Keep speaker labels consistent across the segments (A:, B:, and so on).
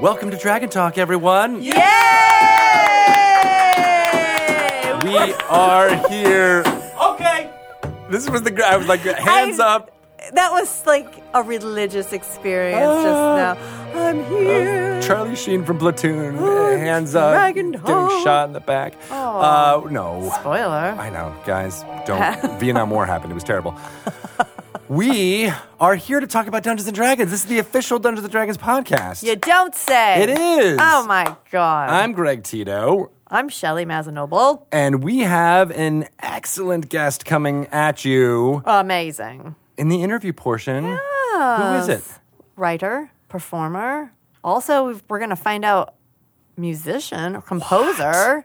A: Welcome to Dragon Talk, everyone.
B: Yay!
A: We are here.
C: Okay.
A: This was the. gr- I was like, hands
B: I-
A: up.
B: That was like a religious experience
A: Ah.
B: just now. I'm here.
A: Charlie Sheen from Platoon.
B: Oh,
A: hands up.
B: Dragon
A: Getting
B: Talk.
A: shot in the back. Uh, no.
B: Spoiler.
A: I know, guys. Don't. Vietnam War happened. It was terrible. we are here to talk about Dungeons and Dragons. This is the official Dungeons and Dragons podcast.
B: You don't say.
A: It is.
B: Oh my god.
A: I'm Greg Tito,
B: I'm, Shelley Shelly Mazenoble.
A: and we have an excellent guest coming at you
B: Amazing.
A: in the interview portion. Who is it?
B: Writer, performer. Also, we're gonna find out musician or composer.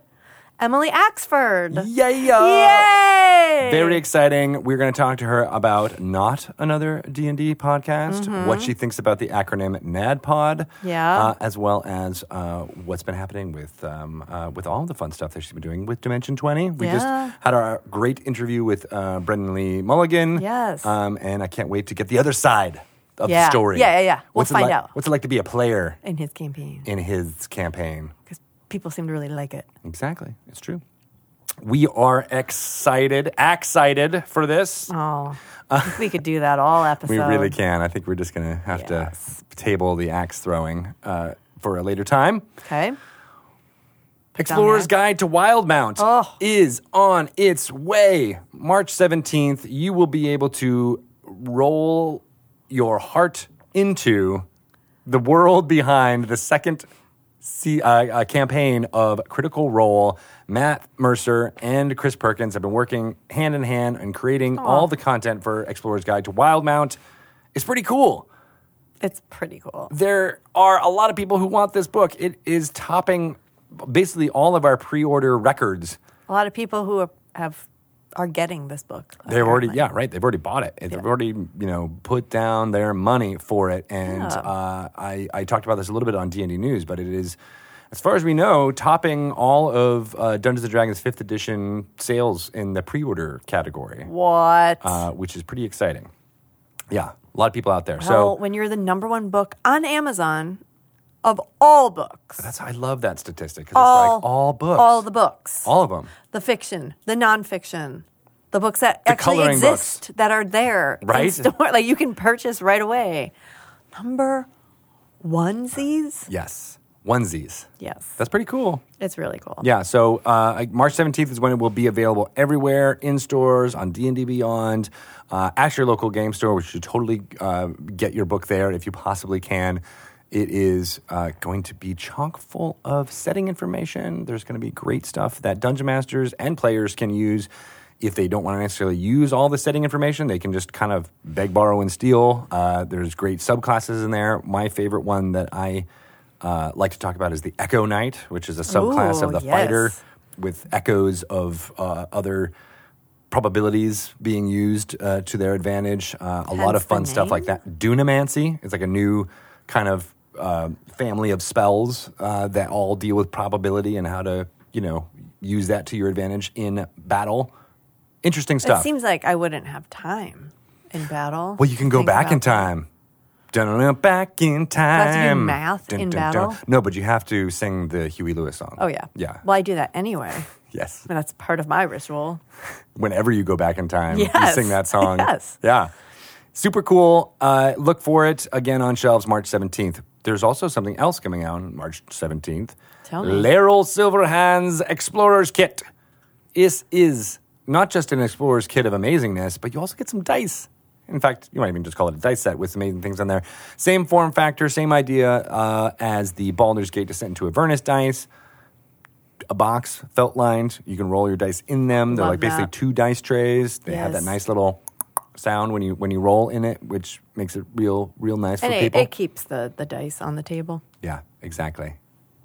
B: Emily Axford.
A: Yeah.
B: Yay!
A: Very exciting. We're going to talk to her about not another D and D podcast, what she thinks about the acronym NADPOD,
B: Mm-hmm. Yeah.
A: uh, as well as uh, what's been happening with um, uh, with all the fun stuff that she's been doing with Dimension Twenty. We just
B: Yeah.
A: had our great interview with uh, Brendan Lee Mulligan.
B: Yes.
A: um, and I can't wait to get the other side of the
B: Yeah.
A: story.
B: Yeah, yeah, yeah. We'll
A: What's it
B: find
A: like-
B: out.
A: What's it like to be a player
B: in his campaign
A: in his campaign?
B: because people seem to really like it.
A: Exactly, it's true. We are excited, excited for this.
B: Oh, we could do that all episode.
A: Uh, We really can. I think we're just going to have
B: Yes.
A: to table the axe throwing uh, for a later time.
B: Okay.
A: Explorer's Guide to Wildmount
B: Oh.
A: is on its way. March 17th, you will be able to roll your heart into the world behind the second se- uh, uh, campaign of Critical Role. Matt Mercer and Chris Perkins have been working hand in hand and creating all the content for Explorer's Guide to Wildmount. It's pretty cool
B: It's pretty cool.
A: there are a lot of people who want this book. It is topping basically all of our pre-order records.
B: A lot of people who are, have are getting this book.
A: They've already,
B: apparently.
A: yeah, right. They've already bought it. They've already, you know, put down their money for it. And uh, I, I talked about this a little bit on D and D news, but it is, as far as we know, topping all of uh, Dungeons and Dragons Fifth Edition sales in the pre-order category,
B: What?
A: uh, which is pretty exciting. Yeah, a lot of people out there.
B: well,
A: so
B: when you're the number one book on Amazon of all books,
A: that's I love that statistic because it's
B: all
A: like all books,
B: all the books,
A: all of them.
B: the fiction, the nonfiction, the books that actually
A: coloring
B: exist that are there, in
A: Right?
B: store, like you can purchase right away. Number onesies.
A: Yes, onesies.
B: Yes,
A: That's pretty cool.
B: it's really cool.
A: Yeah. So uh, like, March 17th is when it will be available everywhere in stores, on D and D Beyond, uh, at your local game store, which you should totally uh, get your book there if you possibly can. It is uh, going to be chock full of setting information. There's going to be great stuff that dungeon masters and players can use. If they don't want to necessarily use all the setting information, they can just kind of beg, borrow, and steal. Uh, there's great subclasses in there. My favorite one that I uh, like to talk about is the Echo Knight, which is a subclass
B: Ooh,
A: of the
B: yes.
A: fighter with echoes of uh, other probabilities being used uh, to their advantage. Uh, a lot
B: Hence
A: of
B: the
A: fun stuff
B: name.
A: like that. Dunamancy is like a new kind of uh, family of spells uh, that all deal with probability and how to, you know, use that to your advantage in battle. Interesting
B: It
A: stuff.
B: seems like I wouldn't have time in battle.
A: Well, you can go
B: Think
A: back in
B: about that.
A: time. Dun-dun-dun, back in
B: have
A: time.
B: to do math in battle?
A: No, but you have to sing the Huey Lewis song.
B: Oh yeah.
A: Yeah.
B: Well, I do that anyway.
A: yes.
B: And that's part of my ritual.
A: Whenever you go back in time, you
B: Yes.
A: sing that song.
B: Yes.
A: Yeah. Super cool. Uh, look for it again on shelves March 17th. There's also something else coming out on March 17th.
B: Tell me.
A: Laryl Silverhand's Explorer's Kit. This is not just an Explorer's Kit of amazingness, but you also get some dice. In fact, you might even just call it a dice set with some amazing things on there. Same form factor, same idea uh, as the Baldur's Gate Descent into Avernus dice. A box, felt lined. You can roll your dice in them. They're
B: Love
A: like basically
B: that.
A: two dice trays. They have that
B: Yes.
A: nice little sound when you when you roll in it, which makes it real real nice
B: And
A: for
B: it,
A: people.
B: it keeps the, the dice on the table.
A: yeah, exactly.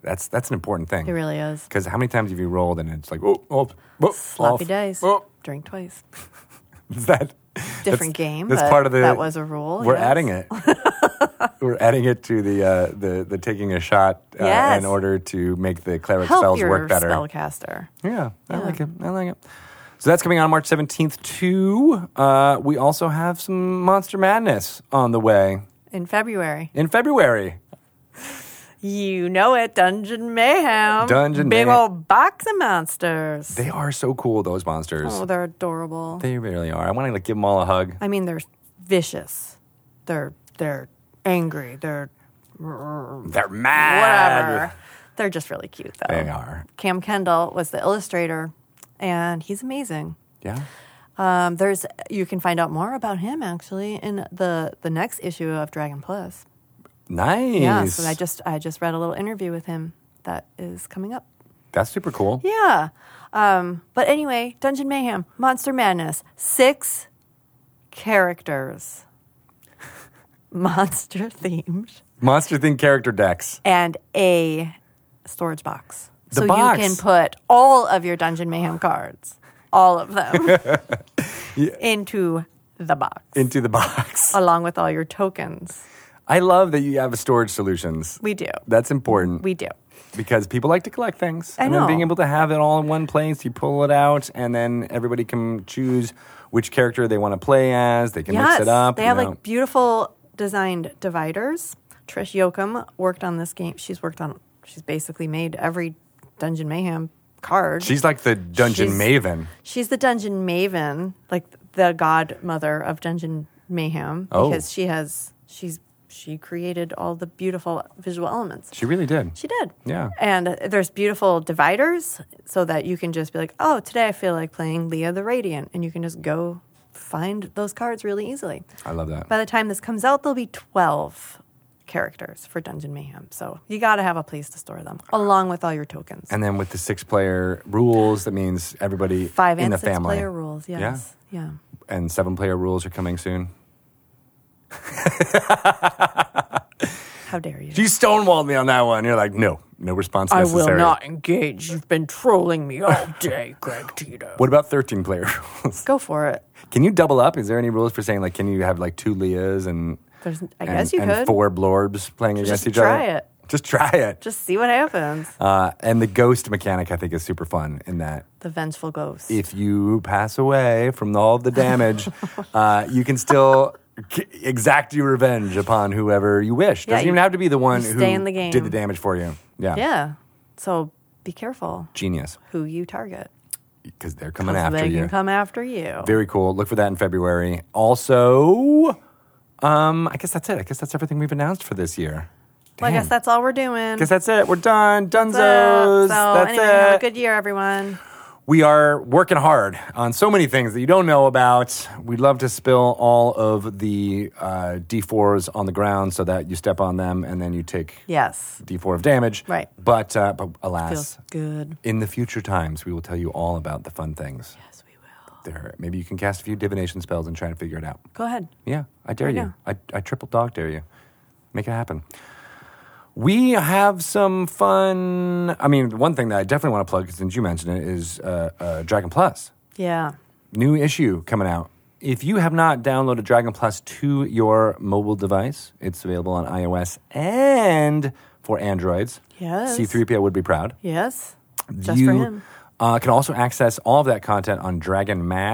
A: That's that's an important thing.
B: It really is.
A: Because how many times have you rolled and it's like oh oh, oh
B: Sloppy
A: off,
B: dice.
A: oh,
B: Drink twice.
A: is that that's-
B: Different game,
A: That's
B: but
A: part of the.
B: that was a rule,
A: We're
B: yes.
A: adding it. we're adding it to the uh, the the taking a shot uh,
B: Yes.
A: in order to make the cleric
B: Help
A: spells
B: your
A: work better.
B: spellcaster.
A: Yeah, I like it. I like it. So that's coming on March 17th, too. Uh, we also have some Monster Madness on the way
B: In February.
A: in February.
B: You know it, Dungeon Mayhem.
A: Dungeon
B: Big
A: Mayhem.
B: old box of monsters.
A: They are so cool, those monsters.
B: oh, they're adorable.
A: They really are. I want to like give them all a hug.
B: I mean, they're vicious. They're they're angry. They're
A: They're
B: whatever.
A: mad.
B: They're just really cute, though.
A: They are.
B: Cam Kendall was the illustrator, and he's amazing.
A: Yeah.
B: Um, there's you can find out more about him actually in the the next issue of Dragon Plus.
A: Nice.
B: Yeah, so I just I just read a little interview with him that is coming up.
A: That's super cool.
B: Yeah. Um, but anyway, Dungeon Mayhem, Monster Madness, six characters, monster themed,
A: Monster Thing character decks.
B: and a storage box.
A: The
B: so
A: box.
B: you can put all of your Dungeon Mayhem cards, all of them, into the box,
A: Into the box.
B: along with all your tokens.
A: I love that you have storage solutions.
B: We do.
A: That's important
B: We do.
A: because people like to collect things.
B: I
A: and then being
B: know.
A: able to have it all in one place, you pull it out, and then everybody can choose which character they want to play as. They can mix it up.
B: They
A: you
B: have
A: know.
B: like beautiful designed dividers. Trish Yoakum worked on this game. She's worked on, she's basically made every Dungeon Mayhem card.
A: She's like the dungeon
B: She's-
A: maven.
B: She's the Dungeon Maven, like the godmother of Dungeon Mayhem,
A: Oh.
B: because she has, she's, she created all the beautiful visual elements.
A: She really did.
B: She did.
A: Yeah.
B: And uh, there's beautiful dividers so that you can just be like, oh, today I feel like playing Leah the Radiant. And you can just go find those cards really easily.
A: I love that.
B: By the time this comes out, there'll be 12 characters for Dungeon Mayhem. So you got to have a place to store them along with all your tokens.
A: and then with the six player rules, that means everybody
B: Five
A: in
B: and
A: the
B: six
A: family.
B: player rules. Yes. Yeah.
A: And seven player rules are coming soon.
B: How dare you?
A: She stonewalled me on that one. You're like, no, no response
C: I
A: necessary.
C: will not engage. You've been trolling me all day, Greg Tito.
A: What about 13 player rules?
B: Go for it.
A: Can you double up? Is there any rules for saying, like, can you have like two Leahs and,
B: There's, I
A: and,
B: guess you
A: and
B: could.
A: four Blorbs playing against each
B: try
A: other?
B: it.
A: Just try it.
B: Just see what happens.
A: Uh, and the ghost mechanic, I think, is super fun in that
B: The Vengeful Ghost.
A: if you pass away from all the damage, uh, you can still k- exact your revenge upon whoever you wish.
B: Yeah,
A: Doesn't
B: you-
A: even have to be the one
B: you
A: who
B: stay in the game.
A: did the damage for you. Yeah.
B: yeah. So be careful
A: Genius.
B: who you target.
A: Because they're coming
B: 'Cause
A: after
B: they
A: you.
B: can come after you.
A: Very cool. Look for that in February. Also, um, I guess that's it. I guess that's everything we've announced for this year.
B: Well, I guess
A: Damn.
B: that's all we're doing.
A: Guess that's it. We're done. Dunzos.
B: so, so
A: that's
B: anyway,
A: it.
B: have a good year, everyone.
A: we are working hard on so many things that you don't know about. We'd love to spill all of the uh, D4s on the ground so that you step on them and then you take
B: Yes.
A: D4 of damage.
B: Right.
A: But, uh, but
B: Feels
A: alas,
B: good.
A: in the future times, we will tell you all about the fun things.
B: Yes, we will.
A: There, maybe you can cast a few divination spells and try to figure it out.
B: Go ahead.
A: Yeah, I dare
B: I
A: you.
B: know.
A: I, I triple dog dare you. Make it happen. We have some fun. I mean, one thing that I definitely want to plug, since you mentioned it, is uh, uh, Dragon Plus
B: Yeah.
A: new issue coming out. If you have not downloaded Dragon Plus to your mobile device, it's available on iOS and for Androids.
B: Yes.
A: C3PO would be proud.
B: Yes. Just
A: you
B: for him.
A: Uh, can also access all of that content on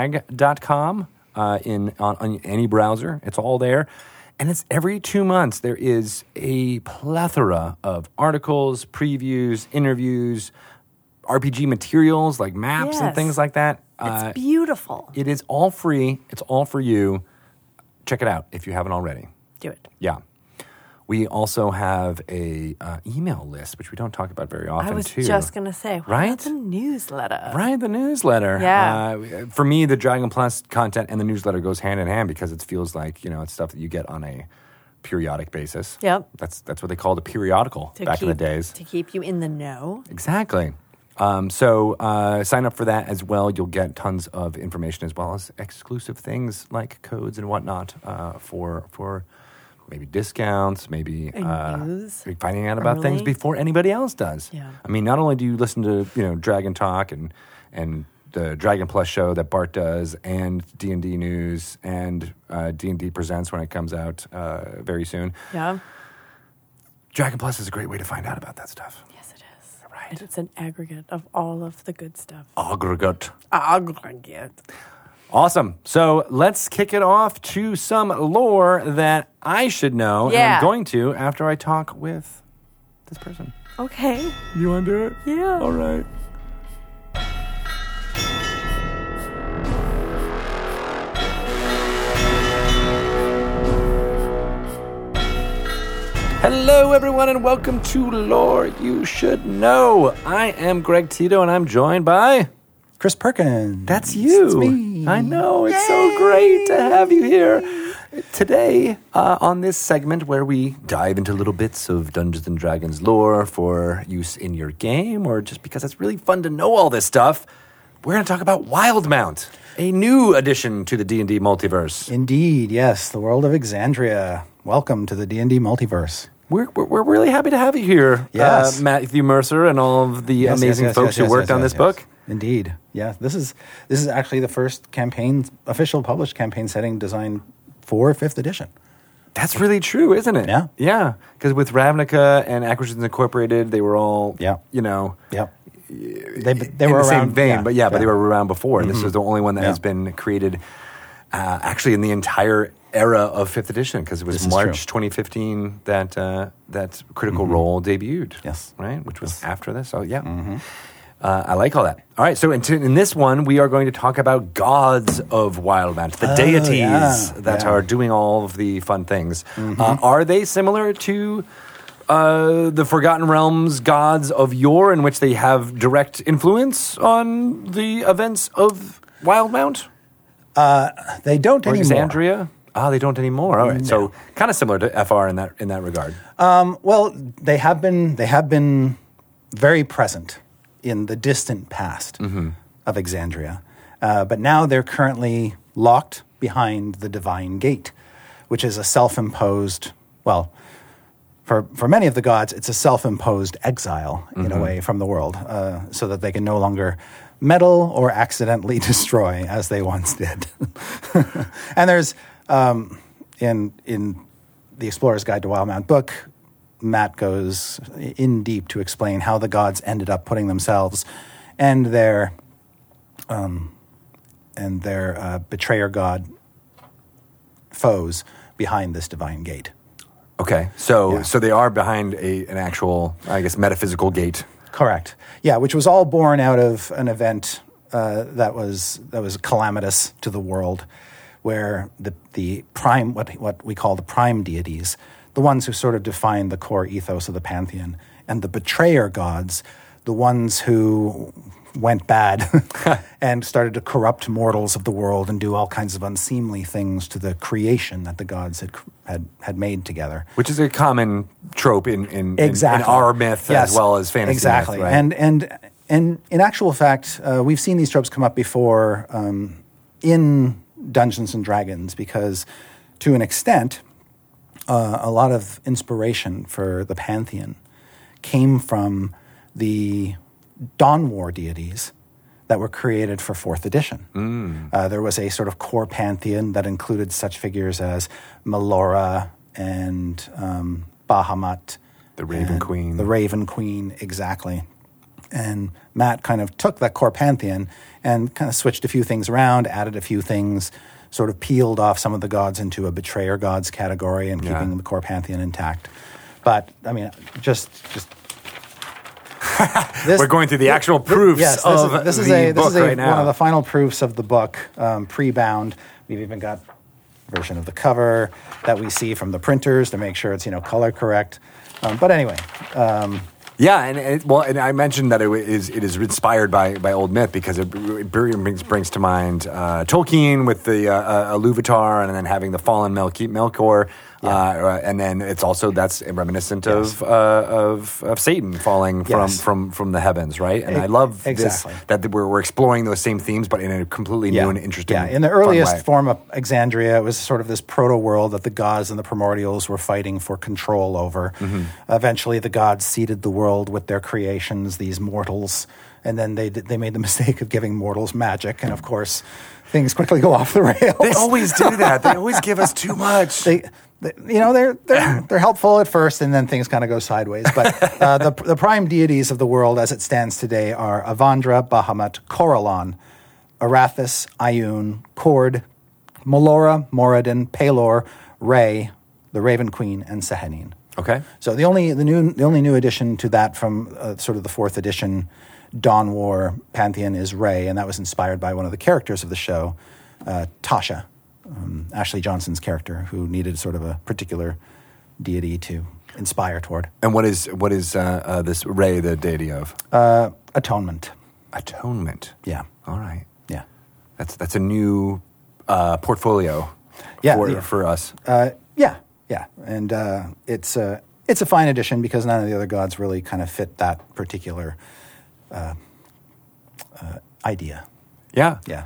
A: dragonmag.com uh, in, on, on any browser. It's all there. And it's every two months there is a plethora of articles, previews, interviews, RPG materials like maps and
B: Yes.
A: things like that. Uh,
B: It's beautiful.
A: It is all free. It's all for you. Check it out if you haven't already.
B: Do it.
A: Yeah. We also have a uh, email list, which we don't talk about very often.
B: I was
A: too.
B: just gonna say, what
A: Right?
B: about the newsletter.
A: Right, the newsletter.
B: Yeah.
A: Uh, for me, the Dragon Plus content and the newsletter goes hand in hand because it feels like you know it's stuff that you get on a periodic basis.
B: Yep.
A: That's that's what they called a periodical
B: To
A: back in the
B: keep-
A: days.
B: to keep you in the know.
A: Exactly. Um, so uh, sign up for that as well. You'll get tons of information as well as exclusive things like codes and whatnot uh, for for maybe discounts, maybe uh,
B: news
A: finding out about things
B: early.
A: before anybody else does.
B: Yeah.
A: I mean, not only do you listen to you know Dragon Talk and and the Dragon Plus show that Bart does, and D and D news, and uh, D and D presents when it comes out uh, very soon.
B: Yeah.
A: Dragon Plus is a great way to find out about that stuff.
B: Yes, it is.
A: Right.
B: And it's an aggregate of all of the good stuff.
A: Aggregate.
C: Ah,
B: Aggregate.
A: Awesome. So let's kick it off to some lore that I should know and
B: Yeah.
A: I'm going to after I talk with this person.
B: Okay.
A: You want to do it?
B: Yeah.
A: All right. Hello, everyone, and welcome to Lore You Should Know. I am Greg Tito, and I'm joined by.
D: Chris Perkins.
A: That's you.
D: It's me.
A: I know. It's so great to have you here today uh, on this segment where we dive into little bits of Dungeons and Dragons lore for use in your game, or just because it's really fun to know all this stuff. We're going to talk about Wildmount, a new addition to the D and D multiverse.
D: Indeed, yes, the world of Exandria. Welcome to the D&D multiverse.
A: We're, we're, we're really happy to have you here,
D: Yes.
A: uh, Matthew Mercer, and all of the
D: Yes, yes,
A: amazing
D: yes,
A: folks
D: yes,
A: who
D: yes,
A: worked
D: yes,
A: on
D: yes,
A: this
D: yes.
A: book.
D: Indeed. Yeah, this is this is actually the first campaign official published campaign setting designed for 5th edition.
A: That's really true, isn't it?
D: Yeah.
A: Yeah. Because with Ravnica and Acquisitions Incorporated, they were all,
D: Yeah.
A: you know,
D: Yeah.
A: in
D: They they were
A: the
D: around, Mm-hmm.
A: same vein, but yeah, but they were around before. and This was the only one that
D: Yeah.
A: has been created uh, actually in the entire era of 5th edition because it was
D: This is
A: March
D: true.
A: 2015
D: Mm-hmm.
A: that uh, that Critical Role debuted.
D: Yes. Mm-hmm.
A: Right? Which was after this. Oh, yeah. Uh, I like all that. All right, so in, t- in this one, we are going to talk about gods of Wildmount, the
D: Oh,
A: deities
D: yeah,
A: that
D: yeah. Mm-hmm.
A: are doing all of the fun things. Uh, are they similar to uh, the Forgotten Realms gods of yore, in which they have direct influence on the events of Wildmount
D: They don't
A: or
D: anymore.
A: Exandria? Ah, they don't anymore. All right, so kind of similar to FR in that in that regard.
D: Um, well, they have been they have been very present in the distant past of Exandria, uh, but now they're currently locked behind the Divine Gate, which is a self-imposed well. For, for many of the gods, it's a self imposed exile in a way from the world uh, so that they can no longer meddle or accidentally destroy as they once did. and there's, um, in, in the Explorer's Guide to Wildmount book, Matt goes in deep to explain how the gods ended up putting themselves and their, um, and their uh, betrayer god foes behind this divine gate.
A: Okay, so
D: Yeah.
A: so they are behind a, an actual, I guess, metaphysical gate.
D: Correct. Yeah, which was all born out of an event uh, that was that was calamitous to the world, where the the prime what what we call the prime deities, the ones who sort of define the core ethos of the pantheon, and the betrayer gods, the ones who went bad and started to corrupt mortals of the world and do all kinds of unseemly things to the creation that the gods had cr- had had made together.
A: Which is a common trope in, in, in-
D: exactly
A: in our myth
D: Yes.
A: as well as fantasy. myth,
D: Exactly,
A: right?
D: and and and in actual fact, uh, we've seen these tropes come up before um, in Dungeons and Dragons because, to an extent, uh, a lot of inspiration for the pantheon came from the Dawn War deities that were created for fourth edition.
A: Mm.
D: Uh, there was a sort of core pantheon that included such figures as Melora and um, Bahamut.
A: The Raven
D: and
A: Queen.
D: The Raven Queen, exactly. And Matt kind of took that core pantheon and kind of switched a few things around, added a few things, sort of peeled off some of the gods into a betrayer gods category and
A: Yeah.
D: keeping the core pantheon intact. But I mean, just just this-
A: We're going through the actual
D: thi-
A: proofs
D: yes, this
A: of
D: is, this is
A: the
D: a, this
A: book
D: is a,
A: right now.
D: One of the final proofs of the book, um, pre-bound. We've even got version of the cover that we see from the printers to make sure it's you know color correct. Um, but anyway,
A: Yeah, and it, well, and I mentioned that it wa- is it is inspired by by old myth because it, br- it brings brings to mind uh, Tolkien with the uh, uh, Iluvatar, and then having the fallen Melki- Melkor, uh, and then it's also that's reminiscent of, uh, of of Satan falling
D: Yes.
A: from from from the heavens, right? And
D: E-
A: I love
D: exactly.
A: this that we're, we're exploring those same themes, but in a completely new and interesting.
D: Yeah, in the
A: fun way.
D: earliest form of Exandria, it was sort of this proto world that the gods and the primordials were fighting for control over.
A: Mm-hmm.
D: Eventually, the gods seeded the world with their creations, these mortals, and then they did- they made the mistake of giving mortals magic, and of course, things quickly go off the rails.
A: They always do that. They always give us too much.
D: they, they- you know they're they're they're helpful at first, and then things kind of go sideways. But uh, the the prime deities of the world as it stands today are Avandra, Bahamut, Corallon, Arathis, Ayun, Kord, Melora, Moradin, Pelor, Rey, the Raven Queen, and Sehenin.
A: Okay.
D: So the only the new the only new addition to that from uh, sort of the fourth edition Dawn War pantheon is Ray, and that was inspired by one of the characters of the show, uh, Tasha, um, Ashley Johnson's character, who needed sort of a particular deity to inspire toward
A: And what is what is uh, uh, this Ray the deity of?
D: uh, atonement.
A: Atonement.
D: Yeah,
A: All right.
D: yeah.
A: That's that's a new uh, portfolio.
D: Yeah,
A: for,
D: yeah.
A: for us.
D: Uh, yeah, yeah, and uh, it's a it's a fine addition because none of the other gods really kind of fit that particular uh, uh, idea.
A: Yeah.
D: Yeah.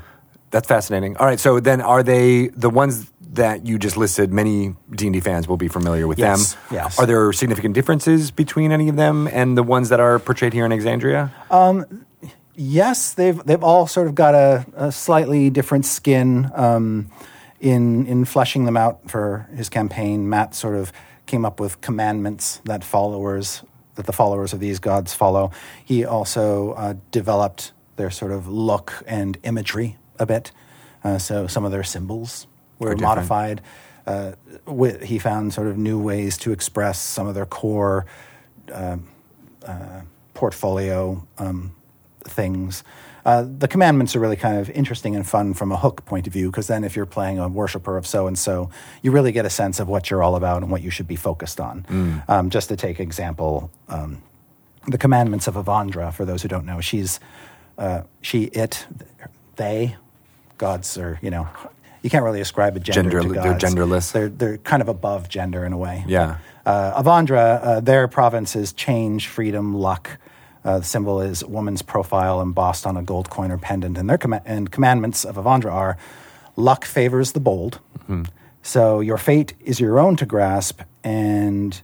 A: That's fascinating. All right. So then, are they the ones that you just listed? Many D and D fans will be familiar with
D: Yes,
A: them.
D: yes.
A: Are there significant differences between any of them and the ones that are portrayed here in Exandria?
D: Yes, they've they've all sort of got a, a slightly different skin um, in in fleshing them out for his campaign. Matt sort of came up with commandments that followers that the followers of these gods follow. He also uh, developed their sort of look and imagery a bit. Uh, so some of their symbols were
A: different.
D: modified. Uh, wi- he found sort of new ways to express some of their core portfolio um, things. Uh, the commandments are really kind of interesting and fun from a hook point of view because then if you're playing a worshiper of so and so, you really get a sense of what you're all about and what you should be focused on.
A: Mm.
D: Um, just to take example, um, the commandments of Avandra. For those who don't know, she's uh, she, it, they. Gods are you know you can't really ascribe a gender.
A: Gender-
D: to
A: they're
D: gods.
A: genderless.
D: They're they're kind of above gender in a way.
A: Yeah.
D: Uh, Avandra, uh, their province is change, freedom, luck. Uh, the symbol is woman's profile embossed on a gold coin or pendant. And their com- and commandments of Avandra are luck favors the bold. So your fate is your own to grasp, and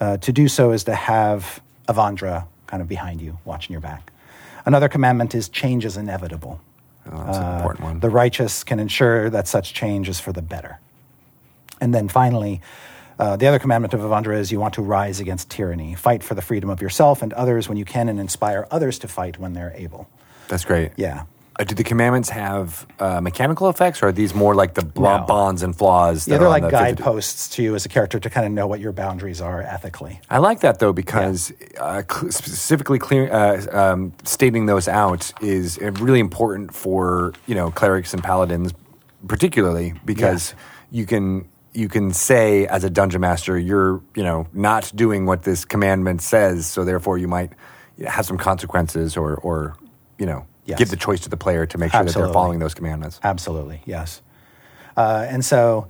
D: uh, to do so is to have Avandra kind of behind you, watching your back. Another commandment is change is inevitable.
A: Oh, that's an
D: Uh,
A: important one.
D: The righteous can ensure that such change is for the better. And then finally, uh, the other commandment of Avandra is you want to rise against tyranny, fight for the freedom of yourself and others when you can, and inspire others to fight when they're able.
A: That's great.
D: Yeah.
A: Uh, do the commandments have uh, mechanical effects, or are these more like the bl-
D: No.
A: bonds and flaws?
D: Yeah,
A: that
D: they're
A: are on
D: like
A: the 50
D: guideposts to you as a character to kind of know what your boundaries are ethically.
A: I like that though because uh, cl- specifically clear, uh, um, stating those out is uh, really important for you know clerics and paladins, particularly because
D: Yes.
A: you can you can say as a dungeon master you're you know not doing what this commandment says, so therefore you might have some consequences or or you know
D: Yes.
A: give the choice to the player to make sure that
D: Absolutely.
A: they're following those commandments.
D: Absolutely, yes. Uh, and so,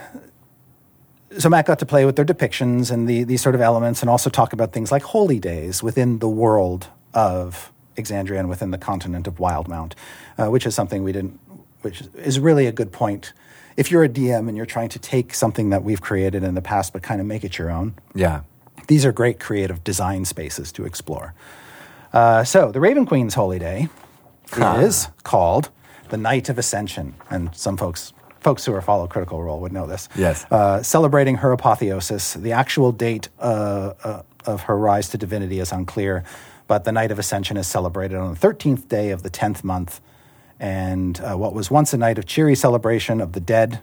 D: uh, so Matt got to play with their depictions and the, these sort of elements, and also talk about things like holy days within the world of Exandria and within the continent of Wildmount, uh, which is something we didn't, which is really a good point. If you're a DM and you're trying to take something that we've created in the past but kind of make it your own,
A: Yeah,
D: these are great creative design spaces to explore. Uh, so, the Raven Queen's holy day is called the Night of Ascension, and some folks folks who are follow Critical Role would know this.
A: Yes.
D: uh, celebrating her apotheosis. The actual date uh, uh, of her rise to divinity is unclear, but the Night of Ascension is celebrated on the thirteenth day of the tenth month, and uh, what was once a night of cheery celebration of the dead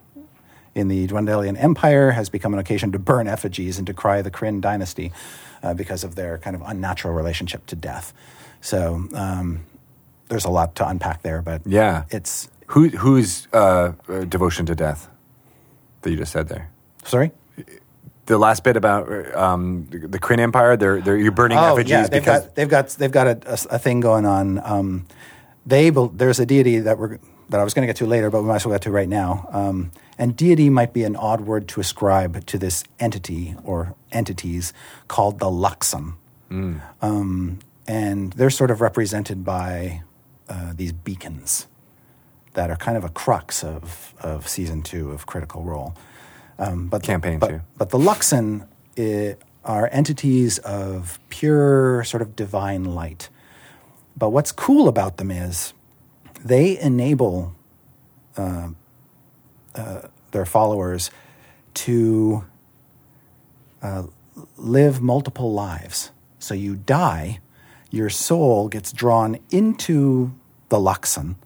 D: in the Dwendalian Empire has become an occasion to burn effigies and to cry the Kryn dynasty uh, because of their kind of unnatural relationship to death. So um, there's a lot to unpack there, but
A: yeah.
D: it's
A: Who who's uh, uh, devotion to death that you just said there?
D: sorry.
A: the last bit about um, the, the Kryn Empire, they're, they're, you're burning effigies
D: Oh, they've
A: because
D: got they've got they've got a, a- a thing going on. Um, they bel- there's a deity that we're that I was going to get to later, but we might as well get to right now. Um, and deity might be an odd word to ascribe to this entity or entities called the Luxum,
A: Hmm.
D: um, and they're sort of represented by uh, these beacons that are kind of a crux of of season two of Critical Role. Um, but
A: Campaign
D: but,
A: two.
D: but the Luxon eh, are entities of pure sort of divine light. But what's cool about them is they enable uh, uh, their followers to uh, live multiple lives. So you die, your soul gets drawn into the Luxon,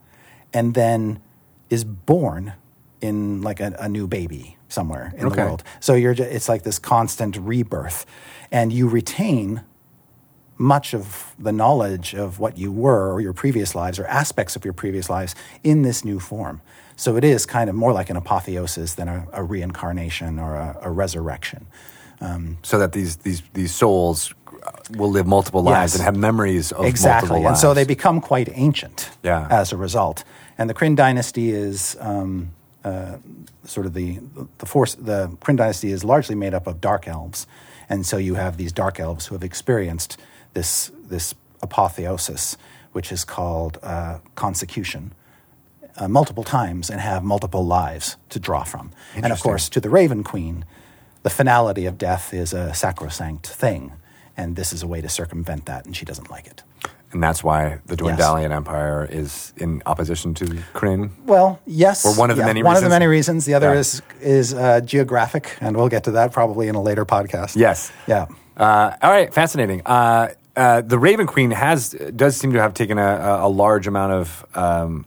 D: and then is born in like a, a new baby somewhere in
A: Okay.
D: the world. So you're ju- it's like this constant rebirth, and you retain much of the knowledge of what you were or your previous lives or aspects of your previous lives in this new form. So it is kind of more like an apotheosis than a, a reincarnation or a, a resurrection.
A: so that these these these souls uh, will live multiple lives
D: Yes.
A: and have memories of multiple
D: exactly.
A: lives.
D: And so they become quite ancient
A: Yeah.
D: as a result. And the Kryn dynasty is um, uh, sort of the, the force, the Kryn dynasty is largely made up of dark elves. And so you have these dark elves who have experienced this, this apotheosis, which is called uh, consecution. Uh, multiple times and have multiple lives to draw from. And of
A: Interesting.
D: course, to the Raven Queen, the finality of death is a sacrosanct thing. And this is a way to circumvent that, and she doesn't like it.
A: and that's why the
D: Yes.
A: Dwendalian Empire is in opposition to Kryn.
D: Well, yes.
A: Or one of the
D: yeah,
A: many
D: one of
A: reasons.
D: the many reasons. The other
A: Yeah.
D: is is uh, geographic, and we'll get to that probably in a later podcast.
A: Yes.
D: Yeah.
A: Uh, all right. Fascinating. Uh, uh, the Raven Queen has does seem to have taken a, a a large amount of um,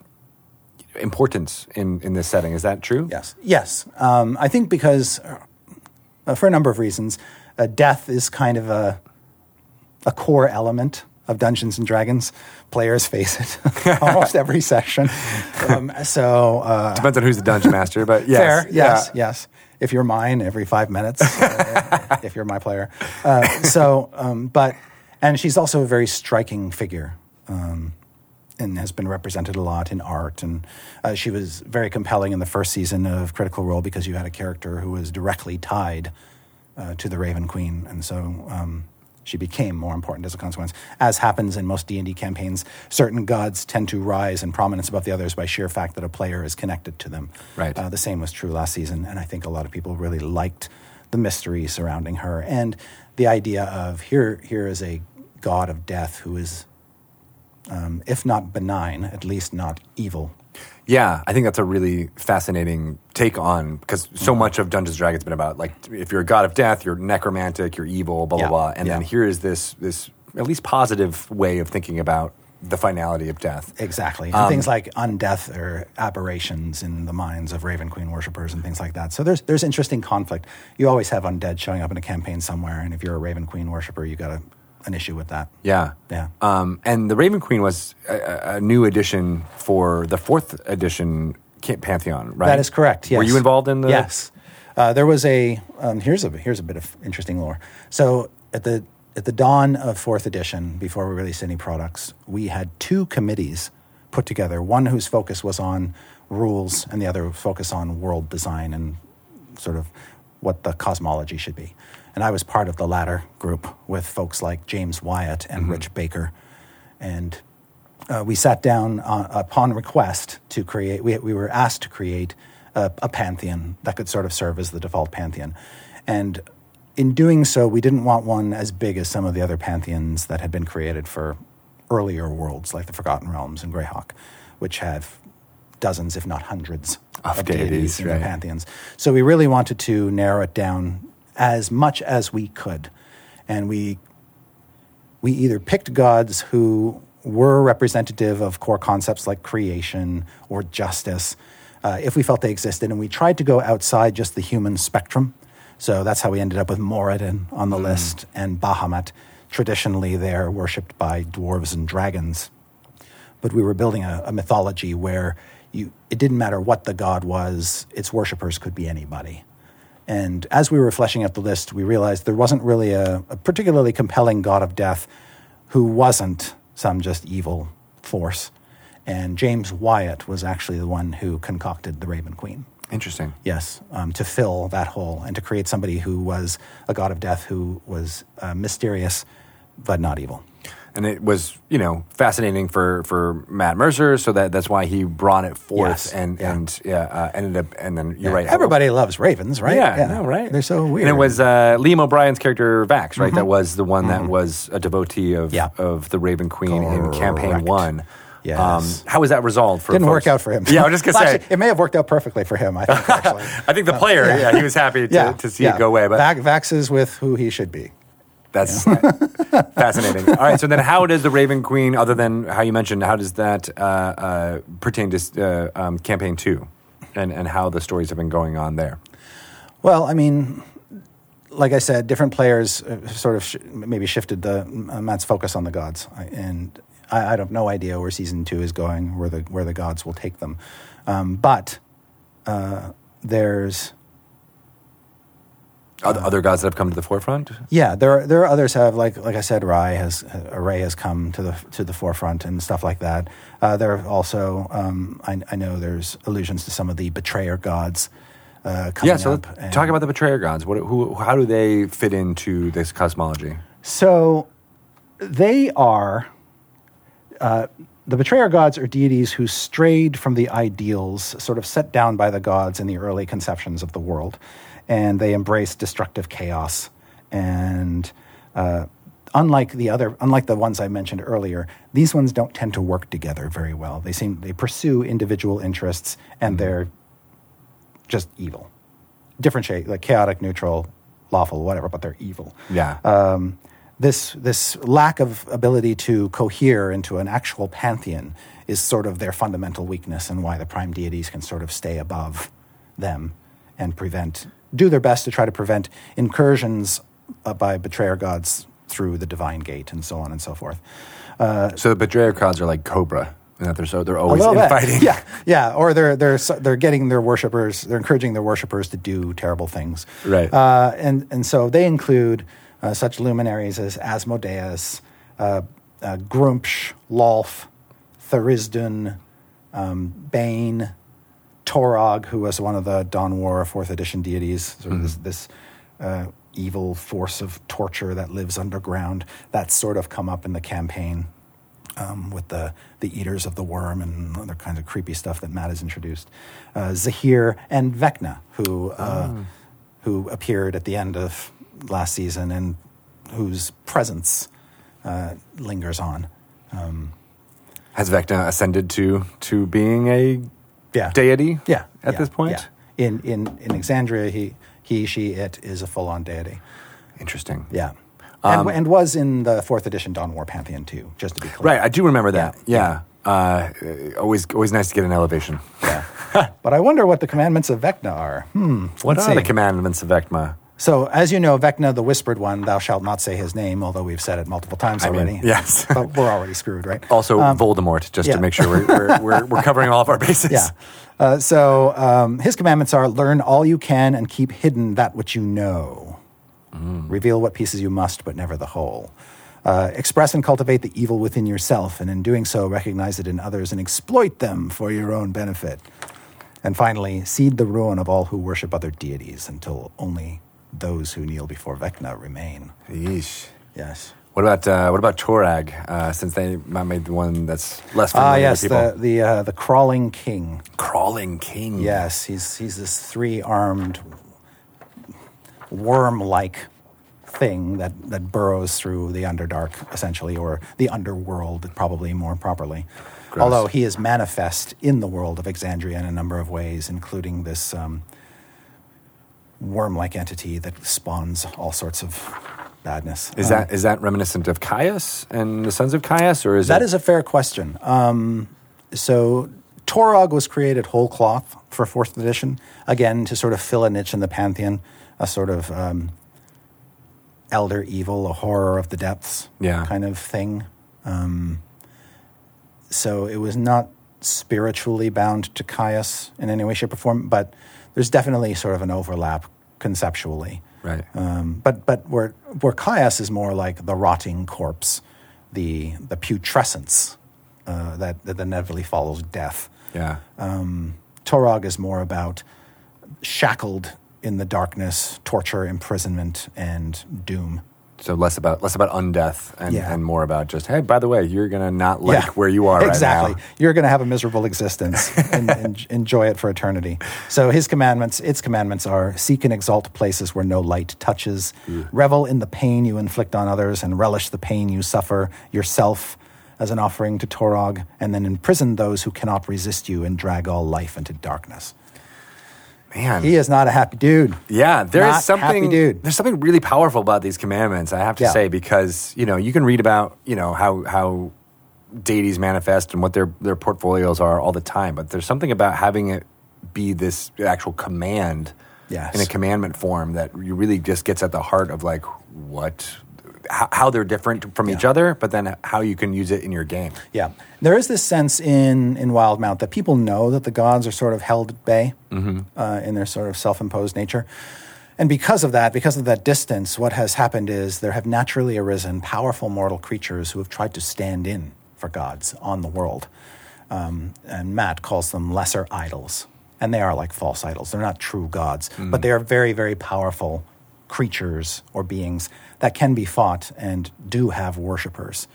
A: importance in in this setting. Is that true?
D: Yes. Yes. Um, I think because, uh, for a number of reasons, uh, death is kind of a a core element of Dungeons and Dragons. Players face it almost every session. Um, so uh,
A: Depends on who's the dungeon master, but yes.
D: Fair. Yes.
A: Yeah.
D: Yes. If you're mine, every five minutes. uh, if you're my player. Uh, so, um, but and she's also a very striking figure, um, and has been represented a lot in art. And uh, she was very compelling in the first season of Critical Role because you had a character who was directly tied uh, to the Raven Queen, and so. Um, she became more important as a consequence, as happens in most D and D campaigns. Certain gods tend to rise in prominence above the others by sheer fact that a player is connected to them.
A: Right.
D: Uh, the same was true last season, and I think a lot of people really liked the mystery surrounding her and the idea of here here is a god of death who is, um, if not benign, at least not evil.
A: Yeah, I think that's a really fascinating take on because
D: Mm-hmm.
A: so much of Dungeons and Dragons has been about like if you're a god of death, you're necromantic, you're evil, blah blah
D: Yeah,
A: blah, and then
D: yeah.
A: here is this this at least positive way of thinking about the finality of death.
D: Exactly. And things like undeath or aberrations in the minds of Raven Queen worshippers and things like that. So there's there's interesting conflict. You always have undead showing up in a campaign somewhere, and if you're a Raven Queen worshipper, you got a, an issue with that.
A: Yeah,
D: Yeah.
A: Um, and the Raven Queen was a- a, a new addition for the fourth edition ca- Pantheon, right?
D: That is correct. Yes.
A: Were you involved in the?
D: Yes. Uh, there was a um, here's a here's a bit of interesting lore. So at the at the dawn of fourth edition, before we released any products, we had two committees put together. One whose focus was on rules, and the other focus on world design and sort of what the cosmology should be. And I was part of the latter group with folks like James Wyatt
A: Mm-hmm.
D: and Rich Baker, and uh, we sat down uh, upon request to create, we, we were asked to create a, a pantheon that could sort of serve as the default pantheon. And in doing so, we didn't want one as big as some of the other pantheons that had been created for earlier worlds, like the Forgotten Realms and Greyhawk, which have dozens, if not hundreds,
A: Of deities,
D: in
A: right.
D: their pantheons. So we really wanted to narrow it down as much as we could. And we we either picked gods who were representative of core concepts like creation or justice uh, if we felt they existed, and we tried to go outside just the human spectrum. So that's how we ended up with Moradin on the list and Bahamut. Traditionally, they're worshipped by dwarves and dragons but we were building a, a mythology where you, it didn't matter what the god was, its worshippers could be anybody. And as we were fleshing out the list, we realized there wasn't really a, a particularly compelling god of death who wasn't some just evil force. And James Wyatt was actually the one who concocted the Raven Queen.
A: Interesting.
D: Yes, um, to fill that hole and to create somebody who was a god of death who was uh, mysterious but not evil.
A: and it was you know fascinating for for Matt Mercer, so that that's why he brought it forth
D: Yes.
A: and
D: Yeah.
A: and yeah, uh, ended up and then you're right.
D: Everybody loves ravens, right?
A: Yeah, no, right.
D: They're so weird. Mm-hmm.
A: And it was uh, Liam O'Brien's character Vax, right? That was the one that was a devotee of
D: Yeah.
A: of the Raven Queen in campaign
D: Correct.
A: one. Um,
D: Yes.
A: how was that resolved? For
D: didn't
A: folks?
D: work out for him.
A: Yeah, I was just gonna
D: Well,
A: say.
D: actually, it may have worked out perfectly for him. I think actually.
A: I think the player, yeah. he was happy to, to see
D: yeah.
A: it go away, but
D: Vax- Vax is with who he should be.
A: that's fascinating. All right, so then how does the Raven Queen, other than how you mentioned, how does that uh, uh, pertain to uh, um, campaign two? and, and how the stories have been going on there.
D: Well, I mean, like I said, different players uh, sort of sh- maybe shifted the uh, Matt's focus on the gods, I, and I, I have no idea where season two is going, where the where the gods will take them. Um, but uh, there's
A: Other,
D: Uh,
A: other gods that have come to the forefront?
D: yeah, there are, there are others have like like I said, Rai has uh, Ray has come to the to the forefront and stuff like that. Uh, there are also um, I, I know there's allusions to some of the betrayer gods. Uh, coming
A: Yeah, so
D: up
A: let's
D: and-
A: talk about the betrayer gods. What, who, how do they fit into this cosmology?
D: So they are uh, the betrayer gods are deities who strayed from the ideals sort of set down by the gods in the early conceptions of the world, and they embrace destructive chaos. And uh, unlike the other, unlike the ones I mentioned earlier, these ones don't tend to work together very well. They seem they pursue individual interests, and they're just evil, different shade, like chaotic, neutral, lawful, whatever, but they're evil
A: Yeah.
D: um, this this lack of ability to cohere into an actual pantheon is sort of their fundamental weakness and why the prime deities can sort of stay above them and prevent do their best to try to prevent incursions uh, by betrayer gods through the divine gate and so on and so forth.
A: so the betrayer gods are like Cobra, in that they're, so, they're always
D: A little bit.
A: infighting.
D: Yeah, yeah. Or they're they're so- they're getting their worshippers. They're encouraging their worshippers to do terrible things.
A: Right.
D: Uh, and and so they include uh, such luminaries as Asmodeus, uh, uh, Grumpsh, Lolf, Tharizdun, um, Bane, Torog, who was one of the Dawn War Fourth Edition deities. Sort of this. this uh, evil force of torture that lives underground that's sort of come up in the campaign um, with the, the eaters of the worm and other kinds of creepy stuff that Matt has introduced. Uh, Zahir and Vecna, who, uh, who appeared at the end of last season and whose presence uh, lingers on.
A: Has Vecna ascended to, to being a
D: Yeah.
A: deity
D: yeah.
A: at
D: yeah,
A: this point?
D: yeah. In, in, in Exandria, he, he, she, it is a full on deity.
A: Interesting.
D: Yeah.
A: Um,
D: and, and was in the fourth edition Dawn War Pantheon, too, just to be clear.
A: Right, I do remember that. Yeah.
D: Yeah.
A: Uh, always, always nice to get an elevation.
D: Yeah. but I wonder what the commandments of Vecna are. Hmm.
A: What
D: Let's
A: are
D: see.
A: the commandments of Vecma?
D: So, as you know, Vecna, the whispered one, thou shalt not say his name, although we've said it multiple times
A: mean,
D: already.
A: yes.
D: but we're already screwed, right?
A: Also, Voldemort, just
D: Um, yeah.
A: to make sure we're, we're, we're, we're covering all of our bases.
D: Yeah. Uh, so, um, his commandments are learn all you can and keep hidden that which you know.
A: Mm.
D: Reveal what pieces you must, but never the whole. Uh, express and cultivate the evil within yourself, and in doing so, recognize it in others and exploit them for your own benefit. And finally, seed the ruin of all who worship other deities until only those who kneel before Vecna remain.
A: Yeesh.
D: Yes.
A: What about uh, what about Torag? Uh, since they might made the one that's less familiar
D: Ah,
A: to
D: yes,
A: people.
D: the the uh, the crawling king.
A: Crawling King.
D: Yes, he's he's this three armed worm like thing that that burrows through the underdark, essentially, or the underworld, probably more properly.
A: Gross.
D: Although he is manifest in the world of Exandria in a number of ways, including this um, worm like entity that spawns all sorts of badness.
A: Is that is that reminiscent of Caius and the sons of Caius, or is
D: That
A: it-
D: is a fair question. Um, so Torog was created whole cloth for fourth edition, again to sort of fill a niche in the pantheon, a sort of um, elder evil, a horror of the depths,
A: Yeah.
D: kind of thing. Um, so it was not spiritually bound to Caius in any way, shape, or form, but there's definitely sort of an overlap conceptually.
A: right?
D: Um, but but where where Caius is more like the rotting corpse, the the putrescence uh, that that inevitably follows death.
A: yeah.
D: Torog is more about shackled in the darkness, torture, imprisonment, and doom.
A: so less about less about undeath and,
D: Yeah.
A: and more about just hey, by the way, you're gonna not like where you are
D: exactly.
A: right now.
D: You're going to have a miserable existence and, and enjoy it for eternity. So his commandments, its commandments are seek and exalt places where no light touches,
A: Mm.
D: revel in the pain you inflict on others, and relish the pain you suffer yourself as an offering to Torog, and then imprison those who cannot resist you and drag all life into darkness.
A: Man,
D: He is not a happy dude.
A: Yeah, there
D: Not
A: is something.
D: happy dude.
A: There's something really powerful about these commandments. I have to
D: Yeah.
A: say because you know you can read about you know how how deities manifest and what their their portfolios are all the time, but there's something about having it be this actual command
D: Yes.
A: in a commandment form that you really just gets at the heart of like what how, how they're different from each
D: Yeah.
A: other, but then how you can use it in your game.
D: Yeah. There is this sense in, in Wildmount that people know that the gods are sort of held at bay uh, in their sort of self imposed nature. And because of that, because of that distance, what has happened is there have naturally arisen powerful mortal creatures who have tried to stand in for gods on the world. Um, and Matt calls them lesser idols. And they are like false idols. They're not true gods, but they are very, very powerful creatures or beings that can be fought and do have worshippers.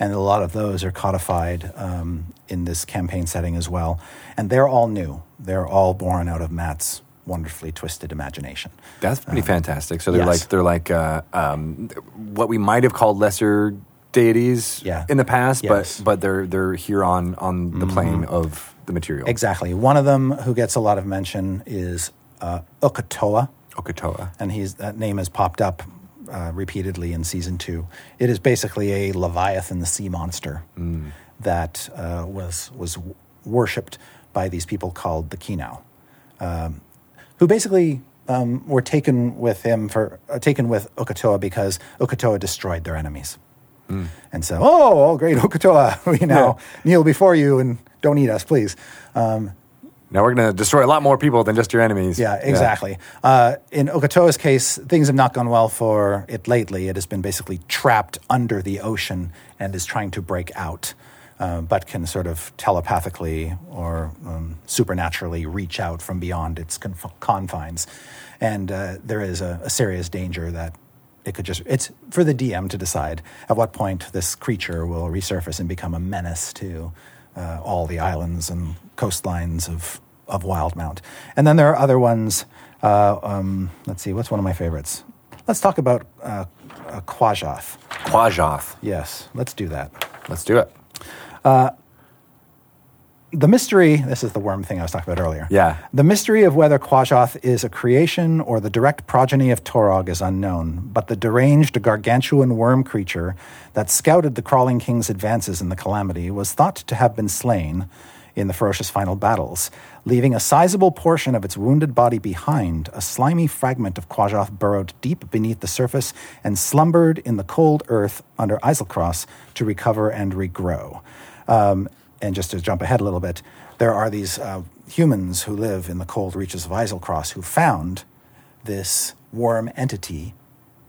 D: And a lot of those are codified um, in this campaign setting as well. And they're all new. They're all born out of Matt's wonderfully twisted imagination.
A: That's pretty fantastic. So they're
D: Uh, yes.
A: like they're like uh, um, what we might have called lesser deities
D: Yeah.
A: in the past,
D: Yes. Mm-hmm.
A: but but they're they're here on on the plane of the material.
D: Exactly. One of them who gets a lot of mention is uh, Ukatoa,
A: Okatoa.
D: and he's, that name has popped up uh, repeatedly in season two. It is basically a Leviathan, the sea monster, that uh, was, was worshipped by these people called the Kinau. who basically um, were taken with him for uh, taken with Okatoa because Okatoa destroyed their enemies, and so oh, all great Okatoa, we now kneel before you and don't eat us, please. Um,
A: Now we're going to destroy a lot more people than just your enemies.
D: yeah, exactly. Uh, in Okatoa's case, things have not gone well for it lately. It has been basically trapped under the ocean and is trying to break out, uh, but can sort of telepathically or um, supernaturally reach out from beyond its conf- confines. And uh, there is a, a serious danger that it could just, it's for the DM to decide at what point this creature will resurface and become a menace to uh, all the islands and coastlines of, of Wildmount. And then there are other ones. Uh, um, let's see, what's one of my favorites? Let's talk about uh, uh, Quajoth.
A: Quajoth.
D: Yes, let's do that.
A: Let's do it.
D: The mystery, this is the worm thing I was talking about earlier.
A: Yeah.
D: The mystery of whether Quashoth is a creation or the direct progeny of Torog is unknown, but the deranged gargantuan worm creature that scouted the Crawling King's advances in the Calamity was thought to have been slain in the ferocious final battles, leaving a sizable portion of its wounded body behind, a slimy fragment of Quashoth burrowed deep beneath the surface and slumbered in the cold earth under Isilcross to recover and regrow. Um, and just to jump ahead a little bit, there are these uh, humans who live in the cold reaches of Isilcross who found this worm entity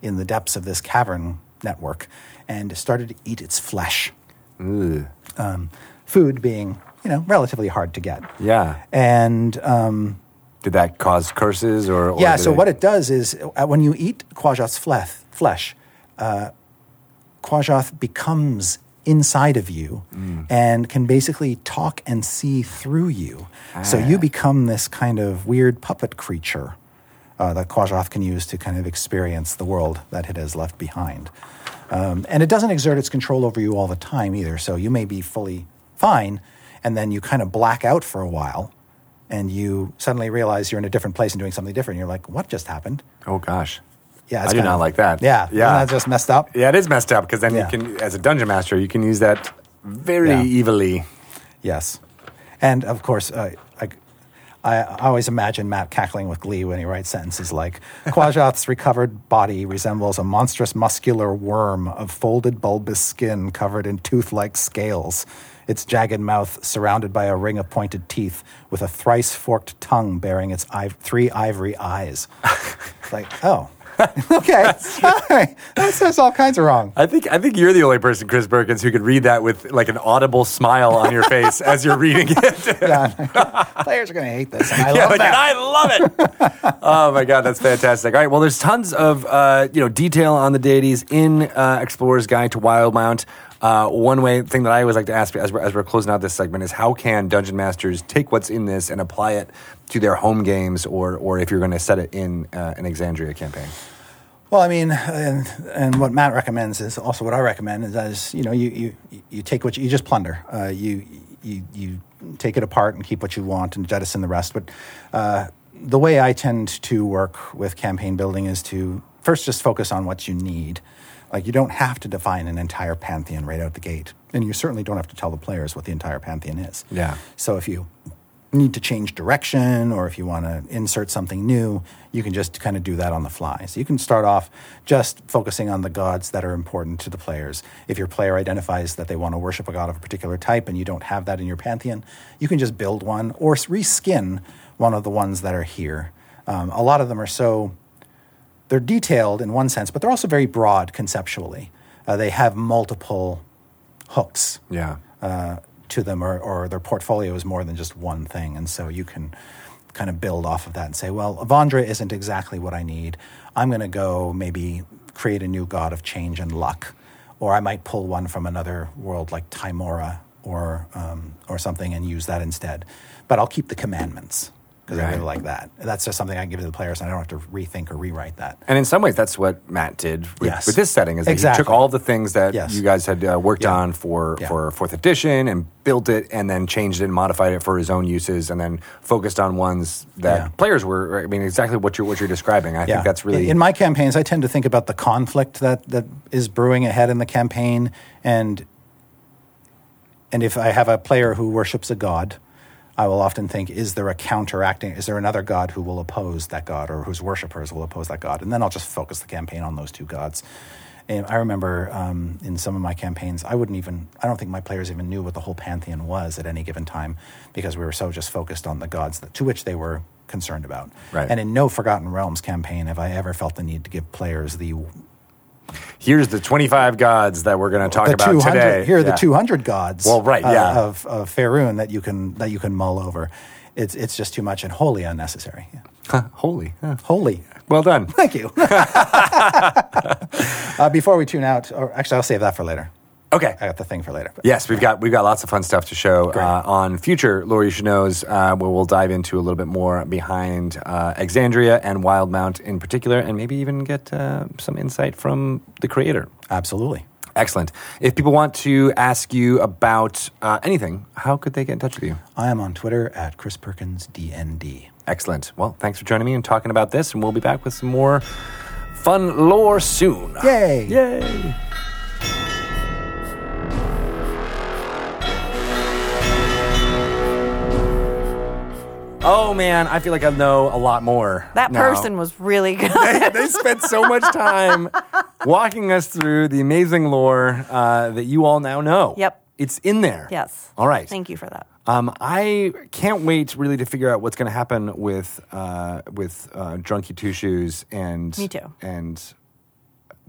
D: in the depths of this cavern network and started to eat its flesh. Um, food being, you know, relatively hard to get.
A: Yeah.
D: And um,
A: Did that cause curses or? or
D: yeah,
A: did
D: so what it does is uh, when you eat Quajoth's fleth, flesh, uh, Quajoth becomes inside of you
A: Mm.
D: and can basically talk and see through you. So
A: Ah.
D: you become this kind of weird puppet creature uh, that Quajoth can use to kind of experience the world that it has left behind. Um, and it doesn't exert its control over you all the time either. So you may be fully fine, and then you kind of black out for a while. And you suddenly realize you're in a different place and doing something different. You're like, what just happened?
A: Oh gosh.
D: Yeah,
A: I do
D: kinda-
A: not like that.
D: Yeah,
A: Yeah.
D: That's just messed up.
A: Yeah, it is messed up because then you
D: Yeah.
A: can, as a dungeon master, you can use that very
D: Yeah.
A: evilly.
D: Yes, and of course, uh, I, I I always imagine Matt cackling with glee when he writes sentences like Quajoth's recovered body resembles a monstrous muscular worm of folded bulbous skin covered in tooth-like scales. Its jagged mouth surrounded by a ring of pointed teeth, with a thrice forked tongue bearing its iv- three ivory eyes. It's like, oh, okay, sorry, that says all kinds of wrong.
A: I think I think you're the only person, Chris Perkins, who could read that with like an audible smile on your face as you're reading it.
D: Players are going to hate this. And I
A: Yeah,
D: love
A: like,
D: that.
A: and I love it. oh my god, that's fantastic! All right, well, there's tons of uh, you know detail on the deities in uh, Explorer's Guide to Wildmount. Uh, one way thing that I always like to ask as we're, as we're closing out this segment is how can dungeon masters take what's in this and apply it to their home games, or or if you're going to set it in uh, an Exandria campaign?
D: Well, I mean, and, and what Matt recommends is also what I recommend is that is, you know you, you you take what you, you just plunder. Uh, you you you take it apart and keep what you want and jettison the rest. But uh, the way I tend to work with campaign building is to first just focus on what you need. Like you don't have to define an entire pantheon right out the gate, and you certainly don't have to tell the players what the entire pantheon is.
A: Yeah.
D: So if you need to change direction or if you want to insert something new, you can just kind of do that on the fly. So you can start off just focusing on the gods that are important to the players. If your player identifies that they want to worship a god of a particular type and you don't have that in your pantheon, you can just build one or s- reskin one of the ones that are here. Um, a lot of them are so they're detailed in one sense, but they're also very broad conceptually. Uh, they have multiple hooks
A: Yeah.
D: uh, to them, or, or their portfolio is more than just one thing. And so you can kind of build off of that and say, well, Avandra isn't exactly what I need. I'm going to go maybe create a new god of change and luck, or I might pull one from another world like Timora or um, or something and use that instead. But I'll keep the commandments because I
A: Right.
D: really like that. That's just something I can give to the players, and I don't have to rethink or rewrite that.
A: And in some ways, that's what Matt did with,
D: Yes.
A: with this setting. Is that
D: Exactly.
A: he took all the things that
D: Yes.
A: you guys had uh, worked
D: Yeah.
A: on for
D: Yeah.
A: for fourth edition and built it, and then changed it and modified it for his own uses, and then focused on ones that
D: Yeah.
A: players were. I mean, exactly what you're what you're describing. I
D: Yeah.
A: think that's really
D: in, in my campaigns. I tend to think about the conflict that that is brewing ahead in the campaign, and and if I have a player who worships a god, I will often think: Is there a counteracting? Is there another god who will oppose that god, or whose worshippers will oppose that god? And then I'll just focus the campaign on those two gods. And I remember um, in some of my campaigns, I wouldn't even, I don't think my players even knew what the whole pantheon was at any given time because we were so just focused on the gods that, to which they were concerned about.
A: Right.
D: And in no Forgotten Realms campaign have I ever felt the need to give players the,
A: here's the 25 gods that we're going to talk
D: the
A: about
D: 200,
A: today.
D: here are the
A: Yeah.
D: 200 gods uh,
A: Well, right, yeah.
D: of, of Faerun that you can, that you can mull over. It's, it's just too much and wholly unnecessary. Yeah.
A: Holy. huh.
D: Wholly.
A: Well done.
D: Thank you. uh, before we tune out, or actually I'll save that for later.
A: Okay.
D: I got the thing for later.
A: Yes, we've got we've got lots of fun stuff to show uh, on future Lore You Should Knows, uh, where we'll dive into a little bit more behind uh, Exandria and Wildmount in particular, and maybe even get uh, some insight from the creator.
D: Absolutely.
A: Excellent. If people want to ask you about uh, anything, how could they get in touch with you?
D: I am on Twitter at Chris Perkins DND.
A: Excellent. Well, thanks for joining me and talking about this, and we'll be back with some more fun lore soon.
D: Yay!
A: Yay! Oh man, I feel like I know a lot more.
B: That
A: now.
B: person was really good.
A: they spent so much time walking us through the amazing lore uh, that you all now know.
B: Yep.
A: It's in there.
B: yes.
A: All right.
B: Thank you for that.
A: Um, I can't wait really to figure out what's going to happen with uh, with uh, Drunky Two Shoes and
B: Me too.
A: and